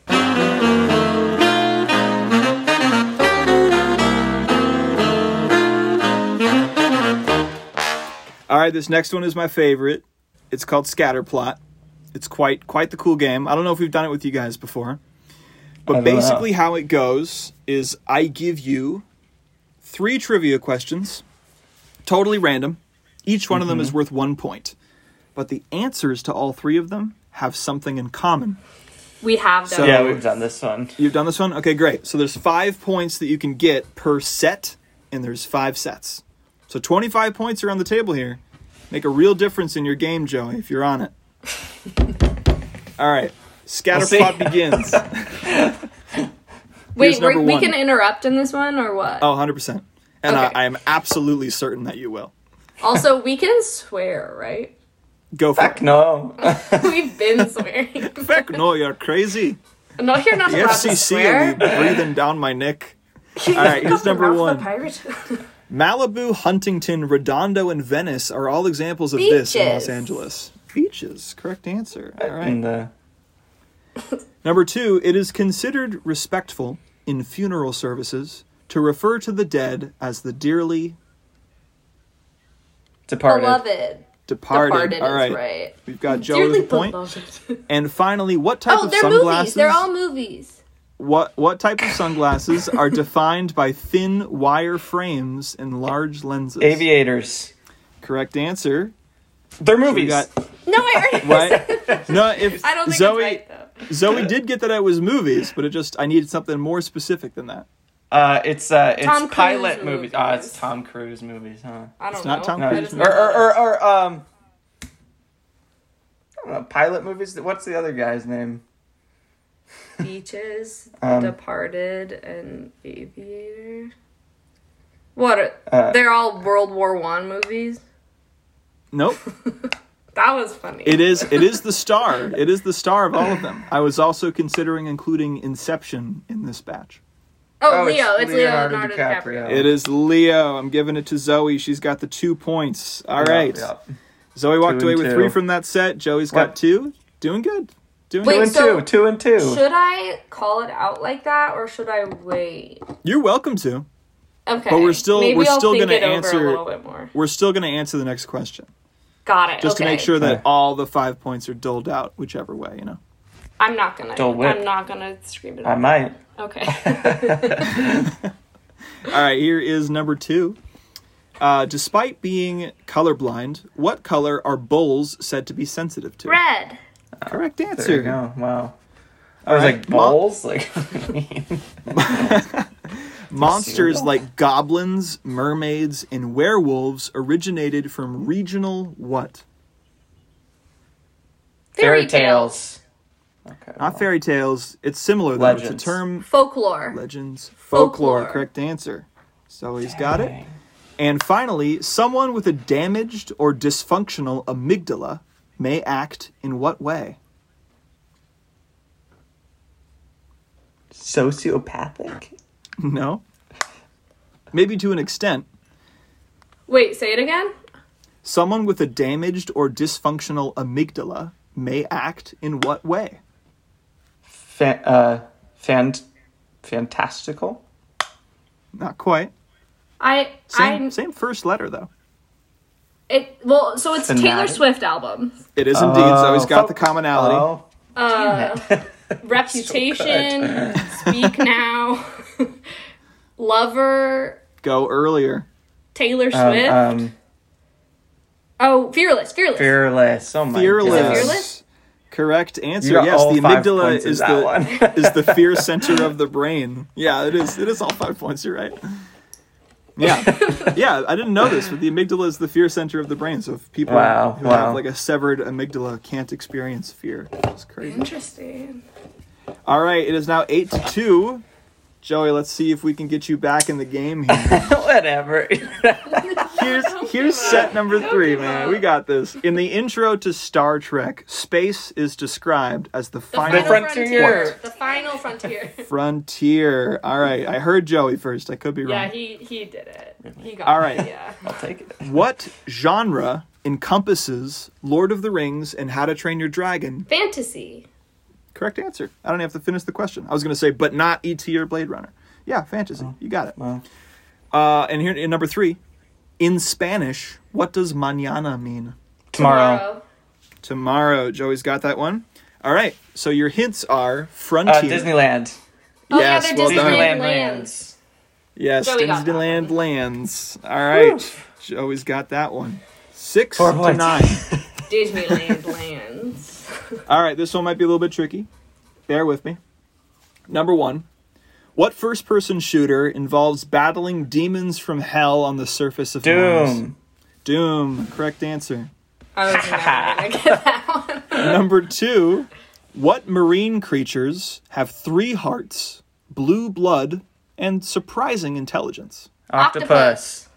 Speaker 1: All right, this next one is my favorite. It's called Scatterplot. It's quite quite the cool game. I don't know if we've done it with you guys before.
Speaker 3: I
Speaker 1: But
Speaker 3: don't know.
Speaker 1: basically how it goes is I give you three trivia questions, totally random. Each one of
Speaker 3: Mm-hmm.
Speaker 1: them is worth 1 point. But the answers to all three of them have something in common.
Speaker 2: We have done.
Speaker 1: So-
Speaker 3: Yeah, we've done this one.
Speaker 1: You've done this one? Okay, great. So there's 5 points that you can get per set and there's 5 sets. So 25 points are on the table here. Make a real difference in your game, Joey, if you're on it. All right.
Speaker 3: see.
Speaker 1: Scatterplot begins. Oh,
Speaker 2: Wait,
Speaker 1: Here's
Speaker 2: we're,
Speaker 1: number
Speaker 2: we
Speaker 1: one.
Speaker 2: can interrupt in this one or what?
Speaker 1: Oh, 100%. And I-
Speaker 2: Okay.
Speaker 1: I am absolutely certain that you will.
Speaker 2: Also, we can swear, right?
Speaker 1: Go for it.
Speaker 3: Fuck no.
Speaker 2: We've been swearing.
Speaker 1: Fuck no, you're crazy.
Speaker 2: no, you're not
Speaker 1: The
Speaker 2: allowed to
Speaker 1: FCC
Speaker 2: swear.
Speaker 1: will be breathing down my neck. All right, here's number one. Malibu, Huntington, Redondo, and Venice are all examples of this in Los
Speaker 2: Beaches.
Speaker 1: Angeles. Beaches, correct answer. All
Speaker 3: And,
Speaker 1: right.
Speaker 3: uh,
Speaker 1: Number two, it is considered respectful in funeral services to refer to the dead as the dearly
Speaker 3: departed.
Speaker 2: Beloved.
Speaker 1: departed.
Speaker 2: Departed
Speaker 1: all right.
Speaker 2: is right.
Speaker 1: We've got Joe with
Speaker 2: Dearly
Speaker 1: a point.
Speaker 2: beloved.
Speaker 1: And finally, what type
Speaker 2: Oh,
Speaker 1: of
Speaker 2: they're
Speaker 1: sunglasses?
Speaker 2: movies. They're all movies.
Speaker 1: What what type of sunglasses are defined by thin wire frames and large lenses?
Speaker 3: Aviators.
Speaker 1: Correct answer.
Speaker 3: They're
Speaker 1: We
Speaker 3: movies.
Speaker 1: got
Speaker 2: No, I already
Speaker 1: right. no, if
Speaker 2: I don't think
Speaker 1: Zoe
Speaker 2: it's right, though.
Speaker 1: Zoe did get that it was movies, but it just I needed something more specific than that.
Speaker 3: Uh, it's uh, it's
Speaker 2: Tom Cruise
Speaker 3: pilot movies.
Speaker 2: movies.
Speaker 3: Ah, it's Tom Cruise movies, huh?
Speaker 2: I don't
Speaker 1: It's
Speaker 2: know.
Speaker 1: not Tom
Speaker 3: No,
Speaker 2: I
Speaker 1: Cruise Er,
Speaker 2: just
Speaker 3: or, or, or, or um, I don't know, pilot movies. What's the other guy's name?
Speaker 1: er.
Speaker 2: know Beaches,
Speaker 3: Um,
Speaker 2: Departed, and Aviator. What? Are,
Speaker 3: Uh,
Speaker 2: they're all World War One movies.
Speaker 1: Nope.
Speaker 2: That was funny.
Speaker 1: It is it is the star. It is the star of all of them. I was also considering including Inception in this batch.
Speaker 2: Oh, Leo. It's, Leonardo, DiCaprio.
Speaker 1: It is Leo. I'm giving it to Zoe. She's got the two points. All
Speaker 3: Yep,
Speaker 1: right.
Speaker 3: yep.
Speaker 1: Zoe walked
Speaker 3: Two
Speaker 1: away
Speaker 3: and
Speaker 1: with
Speaker 3: two.
Speaker 1: three from that set. Joey's got
Speaker 3: What?
Speaker 1: two. Doing good. Doing
Speaker 2: Wait,
Speaker 3: Two
Speaker 1: good.
Speaker 3: and
Speaker 2: so-
Speaker 3: two. Two and two.
Speaker 2: Should I call it out like that, or should I wait?
Speaker 1: You're welcome to.
Speaker 2: Okay.
Speaker 1: But we're still-
Speaker 2: Maybe
Speaker 1: we're
Speaker 2: I'll
Speaker 1: still
Speaker 2: think
Speaker 1: gonna
Speaker 2: it over
Speaker 1: answer-
Speaker 2: a little bit more.
Speaker 1: We're still going to answer the next question
Speaker 2: Got it.
Speaker 1: just to make
Speaker 2: okay.
Speaker 1: sure that
Speaker 3: Okay.
Speaker 1: all the five points are doled out whichever way, you know.
Speaker 2: I'm not gonna.
Speaker 3: Dole Whip.
Speaker 2: I'm not gonna scream it.
Speaker 3: I
Speaker 2: out.
Speaker 3: might.
Speaker 2: Okay.
Speaker 1: All right, here is number two. Uh, despite being colorblind, what color are bulls said to be sensitive to?
Speaker 2: Red.
Speaker 1: Correct answer.
Speaker 3: There you go. Wow. I was
Speaker 1: Alright,
Speaker 3: like
Speaker 1: Mo-
Speaker 3: bowls, like what do you mean?
Speaker 1: Monsters
Speaker 3: Cereal.
Speaker 1: like goblins, mermaids, and werewolves originated from regional what?
Speaker 2: Fairy
Speaker 3: Okay.
Speaker 1: Not fairy tales. It's similar though. It's
Speaker 3: Legends.
Speaker 1: a term.
Speaker 2: Folklore.
Speaker 1: Legends. Folklore.
Speaker 2: Folklore.
Speaker 1: Correct answer. So he's got it.
Speaker 3: Dang.
Speaker 1: And finally, someone with a damaged or dysfunctional amygdala may act in what way?
Speaker 3: Sociopathic.
Speaker 1: No. Maybe to an extent.
Speaker 2: Wait, say it again.
Speaker 1: Someone with a damaged or dysfunctional amygdala may act in what way?
Speaker 3: Fa- uh, fan- fantastical.
Speaker 1: Not quite.
Speaker 2: I
Speaker 1: Same,
Speaker 2: I'm
Speaker 1: same first letter though.
Speaker 2: it. Well, so it's Taylor
Speaker 3: Fanatic.
Speaker 2: Swift album.
Speaker 1: It is indeed. So he's
Speaker 3: Oh,
Speaker 1: got the
Speaker 3: fuck.
Speaker 1: commonality.
Speaker 3: Oh,
Speaker 2: Uh,
Speaker 3: damn it.
Speaker 2: Reputation. Speak now. Lover.
Speaker 1: Go earlier.
Speaker 2: Taylor
Speaker 3: um,
Speaker 2: Swift.
Speaker 3: um,
Speaker 2: oh, fearless. Fearless.
Speaker 3: fearless. Oh my
Speaker 1: Fearless.
Speaker 3: God.
Speaker 2: Fearless?
Speaker 1: Correct answer.
Speaker 3: You got
Speaker 1: yes,
Speaker 3: all
Speaker 1: the
Speaker 3: five
Speaker 1: amygdala
Speaker 3: points in
Speaker 1: is
Speaker 3: that one.
Speaker 1: the is the fear center of the brain. Yeah, it is. It is all five points. You're right. Yeah, yeah. I didn't know this, but the amygdala is the fear center of the brain. So if people
Speaker 3: Wow,
Speaker 1: who
Speaker 3: wow.
Speaker 1: have like a severed amygdala can't experience fear. It's crazy.
Speaker 2: Interesting.
Speaker 1: All right, it is now eight to two. Joey, let's see if we can get you back in the game here.
Speaker 3: Whatever.
Speaker 1: Here's here's set number three, man. We got this. In the intro to Star Trek, space is described as the final
Speaker 3: final frontier.
Speaker 2: The final frontier.
Speaker 1: frontier. All right, I heard Joey first. I could be
Speaker 2: yeah,
Speaker 1: wrong.
Speaker 2: he he did it. He got
Speaker 1: All
Speaker 2: it,
Speaker 1: right.
Speaker 2: Yeah.
Speaker 3: I'll take it.
Speaker 1: What genre encompasses Lord of the Rings and How to Train Your Dragon?
Speaker 2: Fantasy.
Speaker 1: Correct answer. I don't have to finish the question. I was going to say, but not E.T. or Blade Runner. Yeah, fantasy. You got it.
Speaker 3: Well,
Speaker 1: Uh, and here in number three, in Spanish, what does mañana mean?
Speaker 3: tomorrow.
Speaker 1: Tomorrow. Joey's got that one. All right. So your hints are
Speaker 3: Uh,
Speaker 1: frontier.
Speaker 3: Disneyland.
Speaker 2: Oh, yeah,
Speaker 1: Yes,
Speaker 2: they're
Speaker 1: well done.
Speaker 2: Disneyland
Speaker 3: Disneyland
Speaker 2: lands.
Speaker 3: lands.
Speaker 1: Yes,
Speaker 2: Joey got that
Speaker 1: Disneyland lands. All right. Joey's got that one. Six
Speaker 3: Four
Speaker 1: to
Speaker 3: points.
Speaker 1: nine.
Speaker 2: Disneyland lands.
Speaker 1: All right, this one might be a little bit tricky. Bear with me. Number one What first person shooter involves battling demons from hell on the surface of Mars?
Speaker 3: Doom.
Speaker 1: Doom. Correct answer.
Speaker 2: I was never gonna get that one.
Speaker 1: Number two What marine creatures have three hearts, blue blood, and surprising intelligence?
Speaker 3: Octopus.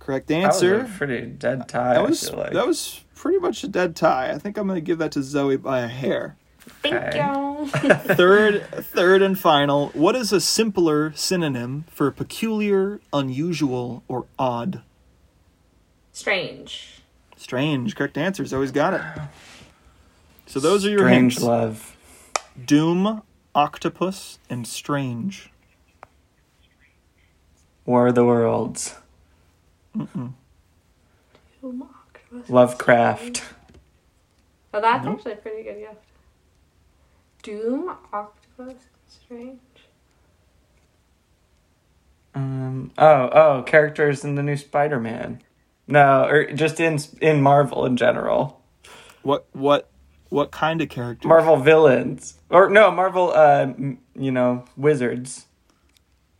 Speaker 1: Correct
Speaker 3: That was
Speaker 1: answer.
Speaker 3: a pretty dead tie.
Speaker 1: That
Speaker 3: I
Speaker 1: was
Speaker 3: feel like.
Speaker 1: that was pretty much a dead tie. I think I'm gonna give that to Zoe by a hair.
Speaker 2: Thank you.
Speaker 1: Third, third and final. What is a simpler synonym for peculiar, unusual, or odd?
Speaker 2: Strange.
Speaker 1: Strange. Correct answers. Always got it. So those are your
Speaker 3: Strange
Speaker 1: hints.
Speaker 3: love.
Speaker 1: Doom, octopus, and strange.
Speaker 3: War of the Worlds.
Speaker 2: Who mocked us?
Speaker 3: Lovecraft.
Speaker 2: Oh,
Speaker 3: Hmm?
Speaker 2: that's actually a pretty good gift. Doom, octopus, strange.
Speaker 3: Um, oh, oh, characters in the new Spider-Man. No, or just in in Marvel in general.
Speaker 1: What what what kind of character?
Speaker 3: Marvel villains, or no, Marvel. Uh, m- you know, wizards.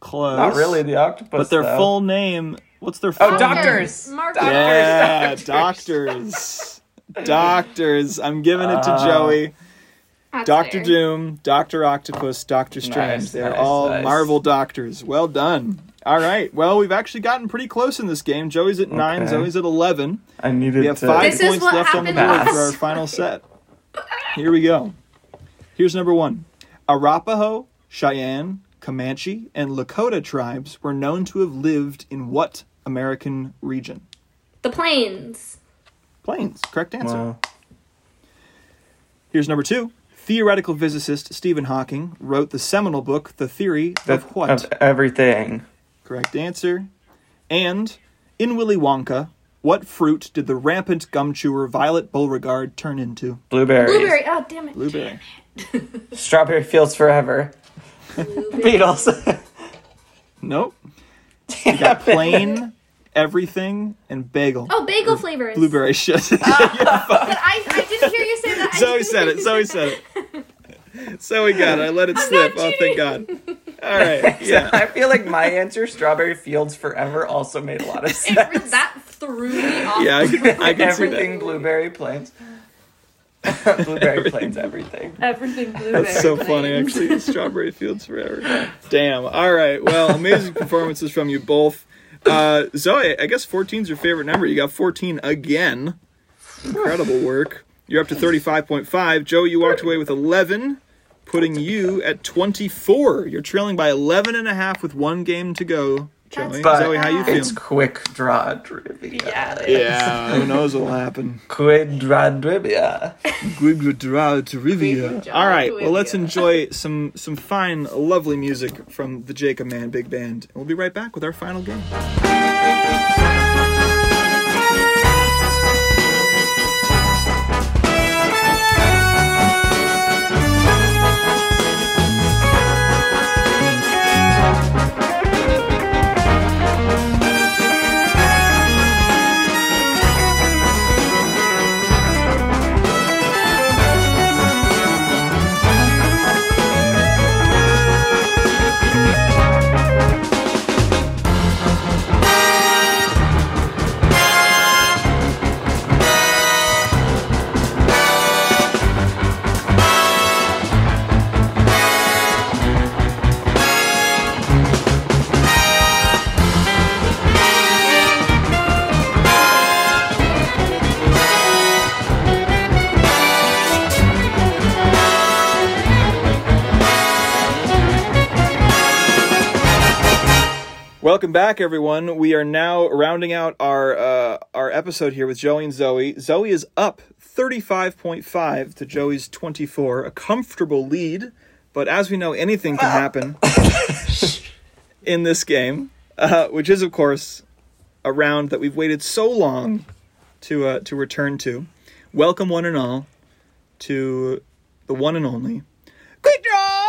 Speaker 1: Close.
Speaker 3: Not really the octopus,
Speaker 1: But their
Speaker 3: though.
Speaker 1: full name. What's their full
Speaker 3: Oh,
Speaker 1: name?
Speaker 3: doctors.
Speaker 2: Mark-
Speaker 3: Doctors.
Speaker 1: Yeah, doctors. doctors. I'm giving it to
Speaker 3: Ah.
Speaker 1: Joey.
Speaker 2: That's
Speaker 1: Uh, Doctor
Speaker 2: fair.
Speaker 1: Doom, Doctor Octopus, Doctor Strange.
Speaker 3: Nice,
Speaker 1: They're
Speaker 3: nice,
Speaker 1: all
Speaker 3: nice.
Speaker 1: Marvel doctors. Well done. All right. Well, we've actually gotten pretty close in this game. Joey's at nine,
Speaker 3: Okay.
Speaker 1: Zoe's at 11.
Speaker 3: I needed
Speaker 1: We have
Speaker 3: to.
Speaker 1: five
Speaker 2: This is
Speaker 1: points
Speaker 2: what
Speaker 1: left on the board
Speaker 2: happened
Speaker 1: for our
Speaker 2: last
Speaker 1: final set. Here we go. Here's number one Arapaho, Cheyenne, Comanche, and Lakota tribes were known to have lived in what American region?
Speaker 2: The plains.
Speaker 1: Plains. Correct answer.
Speaker 3: Wow.
Speaker 1: Here's number two. Theoretical physicist Stephen Hawking wrote the seminal book, The Theory of What?
Speaker 3: Of everything.
Speaker 1: Correct answer. And in Willy Wonka, What fruit did the rampant gum chewer Violet Beauregard turn into?
Speaker 3: Blueberries.
Speaker 2: Blueberry. Oh, damn it.
Speaker 1: Blueberry.
Speaker 3: Strawberry fields forever. Beatles.
Speaker 1: Nope. You got plain, everything, and bagel.
Speaker 4: Oh, bagel flavors.
Speaker 1: Blueberry shit.
Speaker 4: But I, I didn't hear you say that. I
Speaker 1: Zoe
Speaker 4: didn't-
Speaker 1: said it. Zoe said it. Zoe got it. I let it slip. Oh, thank God. All right. Yeah.
Speaker 3: yeah. I feel like my answer, strawberry fields forever, also made a lot of sense.
Speaker 2: That threw me off.
Speaker 1: Yeah, I can, I can see
Speaker 3: everything
Speaker 1: that.
Speaker 3: blueberry plains. blueberry plains everything.
Speaker 2: Everything blueberry.
Speaker 1: That's so funny, actually. Strawberry Fields Forever. Damn. All right. Well, amazing performances from you both. Uh, Zoe, I guess 14's your favorite number. You got 14 again. Incredible work. You're up to 35.5. Joe, you walked away with 11, putting you at 24. You're trailing by 11 and a half with one game to go. Joey,
Speaker 3: But
Speaker 1: Zoe, how you
Speaker 3: it's
Speaker 1: feeling?
Speaker 3: quick draw trivia.
Speaker 2: Yeah.
Speaker 1: Yeah, who knows what'll happen.
Speaker 3: Quick draw trivia.
Speaker 2: Good job,
Speaker 1: All right, well, let's
Speaker 2: Olivia.
Speaker 1: enjoy some some fine, lovely music from the Jacob Man Big Band. We'll be right back with our final game. Welcome back, everyone. We are now rounding out our uh, our episode here with Joey and Zoe. Zoe is up thirty five point five to Joey's twenty four, a comfortable lead. But as we know, anything can happen in this game, uh, which is, of course, a round that we've waited so long to uh, to return to. Welcome, one and all, to the one and only. Quick draw!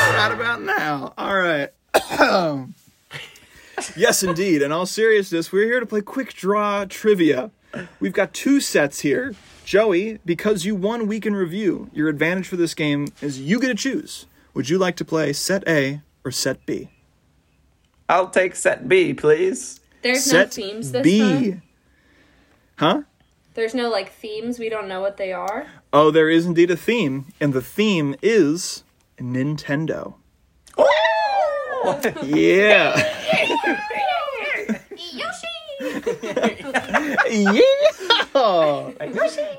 Speaker 1: All right. yes, indeed. In all seriousness, we're here to play quick draw trivia. We've got two sets here. Joey, because you won week in review, your advantage for this game is you get to choose. Would you like to play set A or set B?
Speaker 3: I'll take set B, please.
Speaker 2: There's
Speaker 1: set
Speaker 2: no themes this
Speaker 1: B.
Speaker 2: time.
Speaker 1: Huh?
Speaker 2: There's no like themes. We don't know what they are.
Speaker 1: Oh, there is indeed a theme, and the theme is Nintendo. yeah.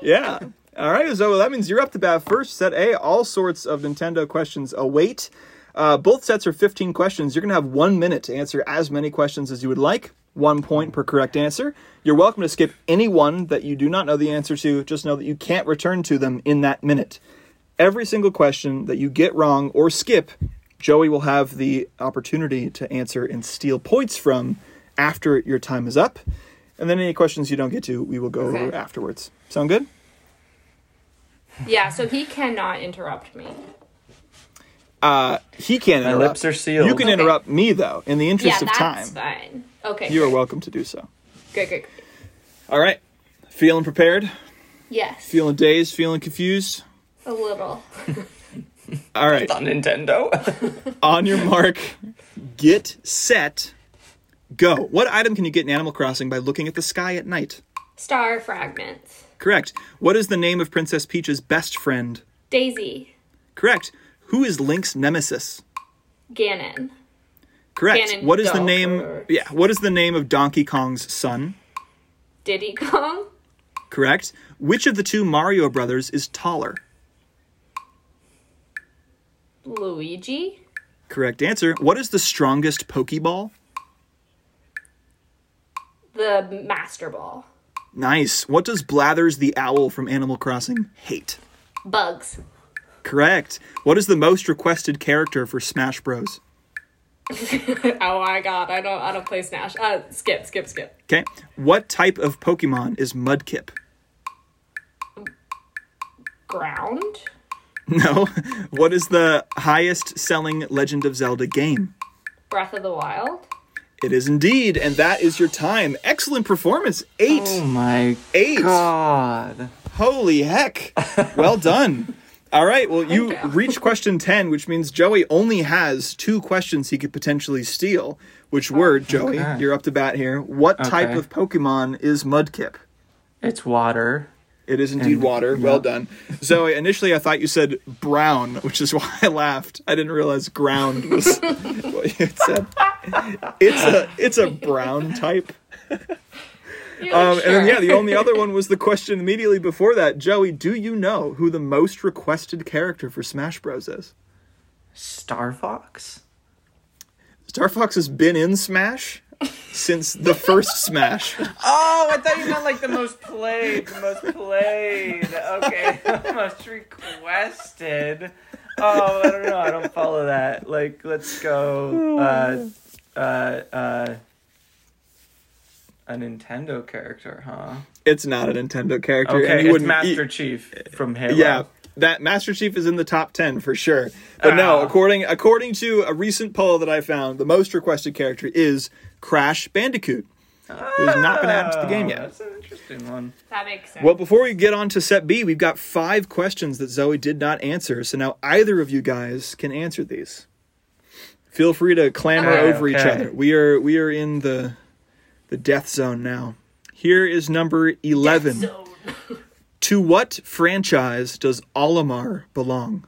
Speaker 1: yeah. yeah. All right, so that means you're up to bat first. Set A, all sorts of Nintendo questions await. Uh, both sets are 15 questions. You're going to have one minute to answer as many questions as you would like, one point per correct answer. You're welcome to skip any one that you do not know the answer to. Just know that you can't return to them in that minute. Every single question that you get wrong or skip, Joey will have the opportunity to answer and steal points from after your time is up. And then any questions you don't get to, we will go
Speaker 2: Okay.
Speaker 1: over afterwards. Sound good?
Speaker 2: Yeah, so he cannot interrupt me.
Speaker 1: Uh, he can't
Speaker 3: My
Speaker 1: interrupt.
Speaker 3: lips are sealed.
Speaker 1: You can
Speaker 2: Okay.
Speaker 1: interrupt me though, in the
Speaker 2: Yeah,
Speaker 1: interest
Speaker 2: that's
Speaker 1: of time.
Speaker 2: fine. Okay.
Speaker 1: You are welcome to do so.
Speaker 2: Good, good, good.
Speaker 1: All right. Feeling prepared?
Speaker 2: Yes.
Speaker 1: Feeling dazed? Feeling confused?
Speaker 2: a little.
Speaker 1: All right.
Speaker 3: On Nintendo.
Speaker 1: On your mark, get set, go. What item can you get in Animal Crossing by looking at the sky at night?
Speaker 2: Star fragments.
Speaker 1: Correct. What is the name of Princess Peach's best friend?
Speaker 2: Daisy.
Speaker 1: Correct. Who is Link's nemesis?
Speaker 2: Ganon.
Speaker 1: Correct.
Speaker 2: Ganon
Speaker 1: what is the
Speaker 2: Dog.
Speaker 1: name? Yeah. What is the name of Donkey Kong's son?
Speaker 2: Diddy Kong.
Speaker 1: Correct. Which of the two Mario brothers is taller?
Speaker 2: Luigi?
Speaker 1: Correct answer. What is the strongest Pokeball?
Speaker 2: The Master Ball.
Speaker 1: Nice. What does Blathers the Owl from Animal Crossing hate?
Speaker 2: Bugs.
Speaker 1: Correct. What is the most requested character for Smash Bros?
Speaker 2: Oh my god, I don't I don't play Smash. Uh skip, skip, skip.
Speaker 1: Okay. What type of Pokemon is Mudkip?
Speaker 2: Ground?
Speaker 1: No. What is the highest selling Legend of Zelda game?
Speaker 2: Breath of the Wild?
Speaker 1: It is indeed, and that is your time. Excellent performance. Eight.
Speaker 3: Oh my
Speaker 1: Eight.
Speaker 3: god.
Speaker 1: Holy heck. Well done. All right, well, you
Speaker 2: you.
Speaker 1: reach question 10, which means Joey only has two questions he could potentially steal. Which were, Joey,
Speaker 3: Oh, okay.
Speaker 1: you're up to bat here. What type
Speaker 3: Okay.
Speaker 1: of Pokemon is Mudkip?
Speaker 3: It's water.
Speaker 1: It is indeed
Speaker 3: And-
Speaker 1: water. Well done. So initially, I thought you said brown, which is why I laughed. I didn't realize ground was what you had said. It's a it's a brown type.
Speaker 2: You're
Speaker 1: Um,
Speaker 2: like,
Speaker 1: And then
Speaker 2: sure.
Speaker 1: yeah, the only other one was the question immediately before that. Joey, do you know who the most requested character for Smash Bros is?
Speaker 3: Star Fox?
Speaker 1: Star Fox has been in Smash since the first Smash.
Speaker 3: Oh, I thought you meant like the most played, the most played. Okay, the most requested. Oh, I don't know. I don't follow that. Like, let's go. Uh, uh, uh, a Nintendo character, huh?
Speaker 1: It's not a Nintendo character. and
Speaker 3: Okay,
Speaker 1: you
Speaker 3: it's
Speaker 1: wouldn't- e-
Speaker 3: Master Chief from Halo.
Speaker 1: Yeah, that Master Chief is in the top ten for sure. But no,
Speaker 3: Ah.
Speaker 1: according according to a recent poll that I found, the most requested character is Crash Bandicoot, who's not been added to the game
Speaker 3: Oh,
Speaker 1: yet.
Speaker 3: That's an interesting one.
Speaker 2: that makes sense.
Speaker 1: Well, before we get on to set B, we've got five questions that Zoe did not answer. So now either of you guys can answer these. Feel free to clamor
Speaker 3: Okay,
Speaker 1: over each
Speaker 3: okay.
Speaker 1: other. We are we are in the the death zone now. Here is number eleven. To what franchise does Olimar belong?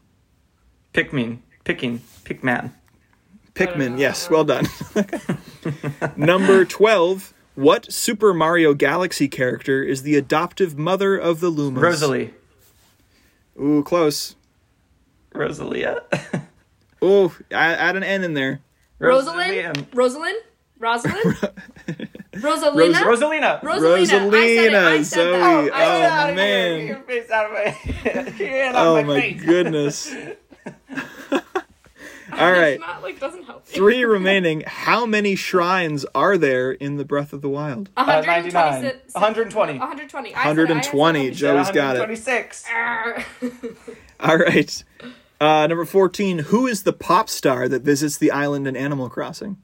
Speaker 3: Pikmin, picking, Pikman.
Speaker 1: Pikmin, yes, well done. Number 12. What Super Mario Galaxy character is the adoptive mother of the Lumas?
Speaker 3: Rosalie,
Speaker 1: Ooh, close.
Speaker 3: Rosalia,
Speaker 1: Ooh, I add an N in there.
Speaker 2: Rosalind? Rosalind? Rosalind? Rosalina?
Speaker 1: Ros-
Speaker 3: Rosalina.
Speaker 2: Rosalina. I said it. I
Speaker 1: Zoe. Oh,
Speaker 2: said that.
Speaker 3: Get out of
Speaker 1: man.
Speaker 3: here. Get your face out of my Get out of
Speaker 1: Oh
Speaker 3: my,
Speaker 1: my
Speaker 3: face.
Speaker 1: goodness. All right.
Speaker 2: It's not like doesn't help.
Speaker 1: Three remaining. How many shrines are there in the Breath of the Wild?
Speaker 3: Uh,
Speaker 2: 126
Speaker 3: 99. 120.
Speaker 2: 120.
Speaker 1: 120. Joey's got it.
Speaker 3: 126.
Speaker 1: All right. Uh, number 14. Who is the pop star that visits the island in Animal Crossing?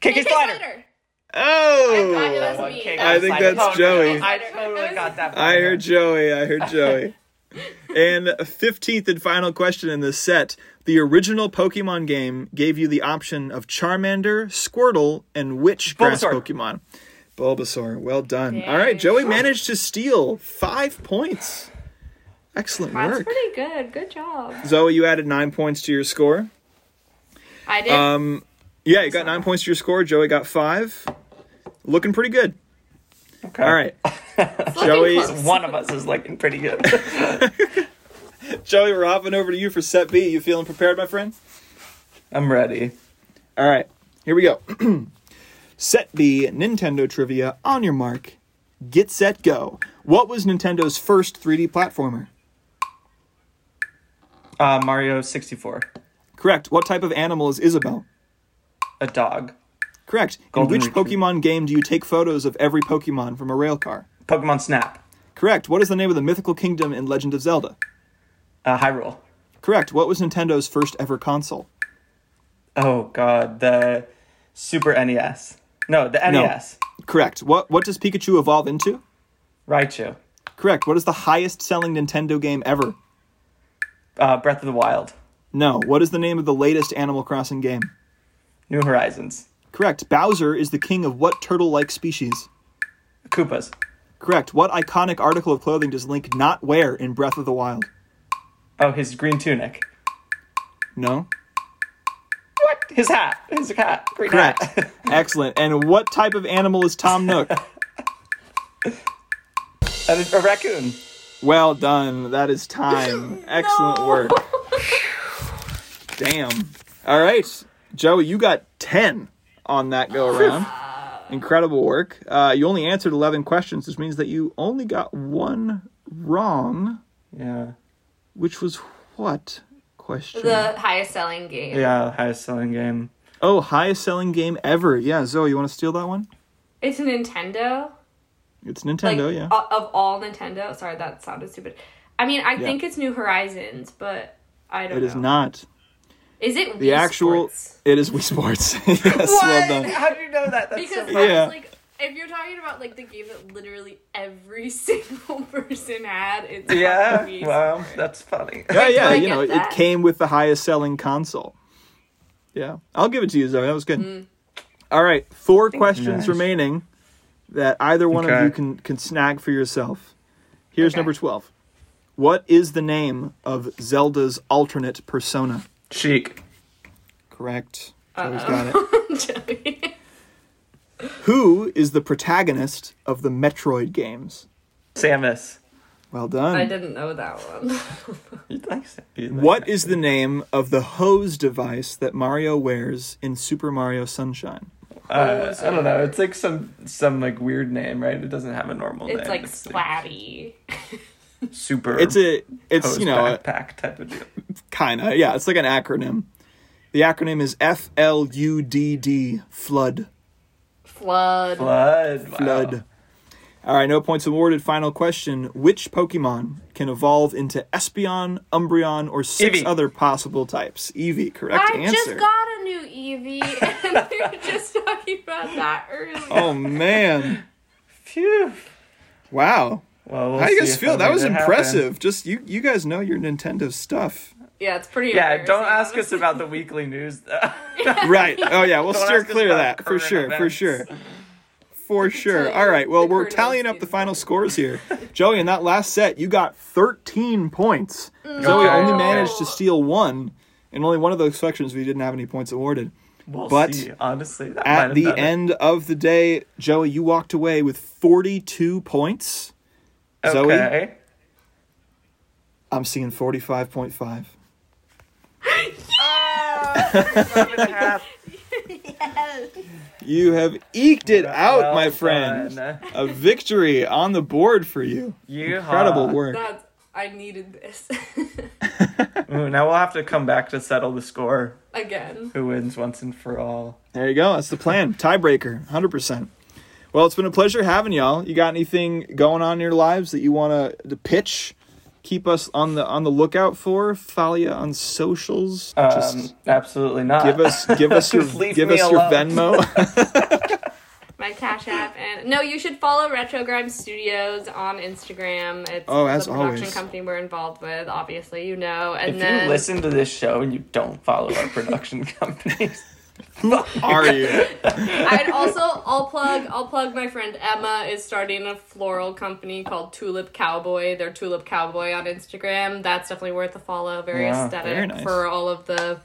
Speaker 3: Kick his ladder.
Speaker 2: Slider.
Speaker 1: Oh!
Speaker 2: I thought it was
Speaker 3: One
Speaker 2: me.
Speaker 3: kick
Speaker 2: I
Speaker 3: is
Speaker 1: think
Speaker 3: slider.
Speaker 1: that's
Speaker 3: Oh,
Speaker 1: Joey.
Speaker 3: I totally got that.
Speaker 1: I heard Joey. I heard Joey. and 15th and final question in this set. The original Pokemon game gave you the option of Charmander, Squirtle, and which grass
Speaker 3: Bulbasaur.
Speaker 1: Pokemon? Bulbasaur. Well done. All right, Joey managed to steal five points. Excellent
Speaker 2: That's
Speaker 1: work.
Speaker 2: pretty good. Good job.
Speaker 1: Zoe, you added nine points to your score.
Speaker 2: I did.
Speaker 1: Um, yeah, you got nine points to your score. Joey got five. Looking pretty good.
Speaker 3: Okay.
Speaker 1: All right.
Speaker 2: It's looking
Speaker 1: Joey-
Speaker 2: close.
Speaker 3: One of us is looking pretty good.
Speaker 1: Joey, we're hopping over to you for set B. You feeling prepared, my friend?
Speaker 3: I'm ready.
Speaker 1: All right, here we go. set B, Nintendo trivia. On your mark, get set, go. What was Nintendo's first 3D platformer?
Speaker 3: Uh, Mario 64.
Speaker 1: Correct. What type of animal is Isabel?
Speaker 3: A dog.
Speaker 1: Correct.
Speaker 3: Golden
Speaker 1: In which
Speaker 3: retriever.
Speaker 1: Pokemon game do you take photos of every Pokemon from a railcar?
Speaker 3: Pokemon Snap.
Speaker 1: Correct. What is the name of the mythical kingdom in Legend of Zelda?
Speaker 3: Uh, Hyrule.
Speaker 1: Correct. What was Nintendo's first ever console?
Speaker 3: Oh god, the Super NES. No, the E NES.
Speaker 1: Correct. What what does Pikachu evolve into?
Speaker 3: Raichu.
Speaker 1: Correct. What is the highest selling Nintendo game ever?
Speaker 3: Uh, Breath of the Wild.
Speaker 1: No. What is the name of the latest Animal Crossing game?
Speaker 3: New Horizons.
Speaker 1: Correct. Bowser is the king of what turtle like species?
Speaker 3: Koopas.
Speaker 1: Correct. What iconic article of clothing does Link not wear in Breath of the Wild?
Speaker 3: Oh, his green tunic.
Speaker 1: No?
Speaker 3: What? His hat. His hat. Green
Speaker 1: Correct.
Speaker 3: hat.
Speaker 1: Excellent. And what type of animal is Tom Nook?
Speaker 3: And a raccoon.
Speaker 1: Well done. That is time. Excellent work. Damn. All right, Joey, you got 10 on that go around. Incredible work. Uh, you only answered 11 questions, which means that you only got one wrong,
Speaker 3: Yeah.
Speaker 1: which was what question?
Speaker 2: The highest selling game.
Speaker 3: Yeah, highest selling game.
Speaker 1: Oh, highest selling game ever. Yeah, Zoe, you want to steal that one?
Speaker 2: It's a Nintendo.
Speaker 1: It's Nintendo,
Speaker 2: like, oh,
Speaker 1: yeah.
Speaker 2: o- Of all Nintendo. Sorry, that sounded stupid. I mean, I think it's New Horizons, but I don't
Speaker 1: It
Speaker 2: know.
Speaker 1: is not.
Speaker 2: Is it Wii
Speaker 1: The actual.
Speaker 2: Sports?
Speaker 1: It is Wii Sports. yes, well done.
Speaker 3: How do you know that? That's
Speaker 2: Because
Speaker 3: so
Speaker 1: funny. Yeah.
Speaker 2: that's like if you're talking about like the game that literally every single person had, it's
Speaker 3: Yeah.
Speaker 2: fucking Wii
Speaker 3: Wow,
Speaker 2: Sports.
Speaker 3: that's funny.
Speaker 1: Yeah, yeah,
Speaker 2: I
Speaker 1: you
Speaker 2: get
Speaker 1: know,
Speaker 2: that.
Speaker 1: it came with the highest selling console. Yeah, I'll give it to you, Zoe. That was good.
Speaker 2: Mm.
Speaker 1: All right, four questions
Speaker 3: nice.
Speaker 1: remaining that either one of
Speaker 3: Okay.
Speaker 1: you can can snag for yourself. Here's
Speaker 2: Okay.
Speaker 1: number twelve. What is the name of Zelda's alternate persona?
Speaker 3: Chic.
Speaker 1: Correct. Zoe's got it.
Speaker 2: Joey.
Speaker 1: Who is the protagonist of the Metroid games?
Speaker 3: Samus.
Speaker 1: Well
Speaker 2: I
Speaker 1: done.
Speaker 2: didn't know that one.
Speaker 3: You'd like Sam- you'd like
Speaker 1: What
Speaker 3: that.
Speaker 1: is the name of the hose device that Mario wears in Super Mario Sunshine?
Speaker 3: Uh, I don't know. It's like some some like weird name, right? It doesn't have a normal name.
Speaker 2: It's like Splatty.
Speaker 3: super.
Speaker 1: It's a it's you know uh, a,
Speaker 3: backpack type of deal.
Speaker 1: kind of yeah it's like an acronym the acronym is f-l-u-d-d flood
Speaker 2: Flood.
Speaker 3: Blood.
Speaker 1: flood all right no points awarded final question which pokemon can evolve into espeon umbreon or six
Speaker 3: Eevee.
Speaker 1: other possible types eevee correct
Speaker 2: I
Speaker 1: answer
Speaker 2: just got a new Eevee, and we were just talking about that earlier.
Speaker 1: oh man
Speaker 3: Phew.
Speaker 1: wow
Speaker 3: Well, we'll
Speaker 1: how do you guys
Speaker 3: see if I
Speaker 1: feel that
Speaker 3: make
Speaker 1: was
Speaker 3: it happen.
Speaker 1: impressive just you you guys know your nintendo stuff
Speaker 2: Yeah, it's pretty.
Speaker 3: Yeah, don't ask
Speaker 2: embarrassing,
Speaker 3: us about the weekly news. though.
Speaker 1: right oh yeah we'll
Speaker 3: Don't
Speaker 1: steer
Speaker 3: ask us
Speaker 1: clear of that
Speaker 3: about
Speaker 1: for
Speaker 3: current
Speaker 1: sure for
Speaker 3: events.
Speaker 1: sure For sure.
Speaker 2: tell
Speaker 1: All
Speaker 2: you
Speaker 1: right. Well,
Speaker 2: the
Speaker 1: we're
Speaker 2: Cardinals
Speaker 1: tallying up the
Speaker 2: season.
Speaker 1: final scores here. Joey, in that last set, you got 13 points. Zoe
Speaker 3: Okay,
Speaker 1: only
Speaker 3: okay.
Speaker 1: managed to steal one, and only one of those sections we didn't have any points awarded.
Speaker 3: We'll
Speaker 1: But
Speaker 3: see. honestly, that might
Speaker 1: At
Speaker 3: have
Speaker 1: the
Speaker 3: done it.
Speaker 1: end of the day, Joey, you walked away with 42 points. Zoe,
Speaker 3: okay.
Speaker 1: I'm seeing 45.5.
Speaker 3: Half
Speaker 1: You have eked it out, my
Speaker 3: well
Speaker 1: friend.
Speaker 3: done.
Speaker 1: A victory on the board for you.
Speaker 3: Yeehaw.
Speaker 1: Incredible work.
Speaker 2: That's, I needed this
Speaker 3: Ooh, now we'll have to come back to settle the score.
Speaker 2: again.
Speaker 3: Who wins once and for all?
Speaker 1: There you go. That's the plan. Tiebreaker, 100%. Well, it's been a pleasure having y'all. You got anything going on in your lives that you want to pitch? Keep us on the on the lookout for. Follow you on socials.
Speaker 3: Um,
Speaker 1: Just
Speaker 3: absolutely not.
Speaker 1: give us give us your
Speaker 3: Just leave
Speaker 1: give
Speaker 3: me
Speaker 1: us your
Speaker 3: alone.
Speaker 1: Venmo.
Speaker 2: My Cash App and no, you should follow Retrogrime Studios on Instagram. It's
Speaker 1: Oh, as
Speaker 2: the production
Speaker 1: always.
Speaker 2: company we're involved with. Obviously, you know. And
Speaker 3: If
Speaker 2: then
Speaker 3: you listen to this show and you don't follow our production companies,
Speaker 1: Are you?
Speaker 2: I'd also I'll plug I'll plug my friend Emma is starting a floral company called Tulip Cowboy. They're Tulip Cowboy on Instagram. That's definitely worth a follow. Very
Speaker 3: Wow,
Speaker 2: aesthetic
Speaker 1: very nice.
Speaker 2: for all of the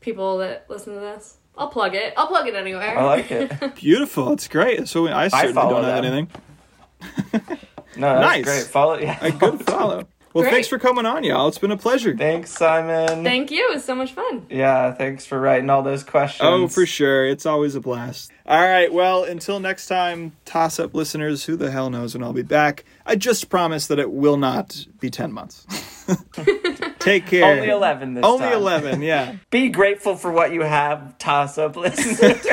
Speaker 2: people that listen to this. I'll plug it. I'll plug it anywhere.
Speaker 3: I like it.
Speaker 1: Beautiful. It's great. So I certainly
Speaker 3: follow
Speaker 1: don't have
Speaker 3: them.
Speaker 1: anything.
Speaker 3: No,
Speaker 1: Nice.
Speaker 3: that's great. Follow. Yeah.
Speaker 1: A good follow. Well,
Speaker 2: Great.
Speaker 1: thanks for coming on, y'all. It's been a pleasure.
Speaker 3: Thanks, Simon.
Speaker 2: Thank you. It was so much fun.
Speaker 3: yeah, thanks for writing all those questions.
Speaker 1: Oh, for sure. It's always a blast. All right. Well, until next time, toss up listeners, who the hell knows when I'll be back. I just promise that it will not be 10 months. Take care.
Speaker 3: Only 11 this
Speaker 1: Only
Speaker 3: time.
Speaker 1: 11, yeah.
Speaker 3: Be grateful for what you have, toss up listeners.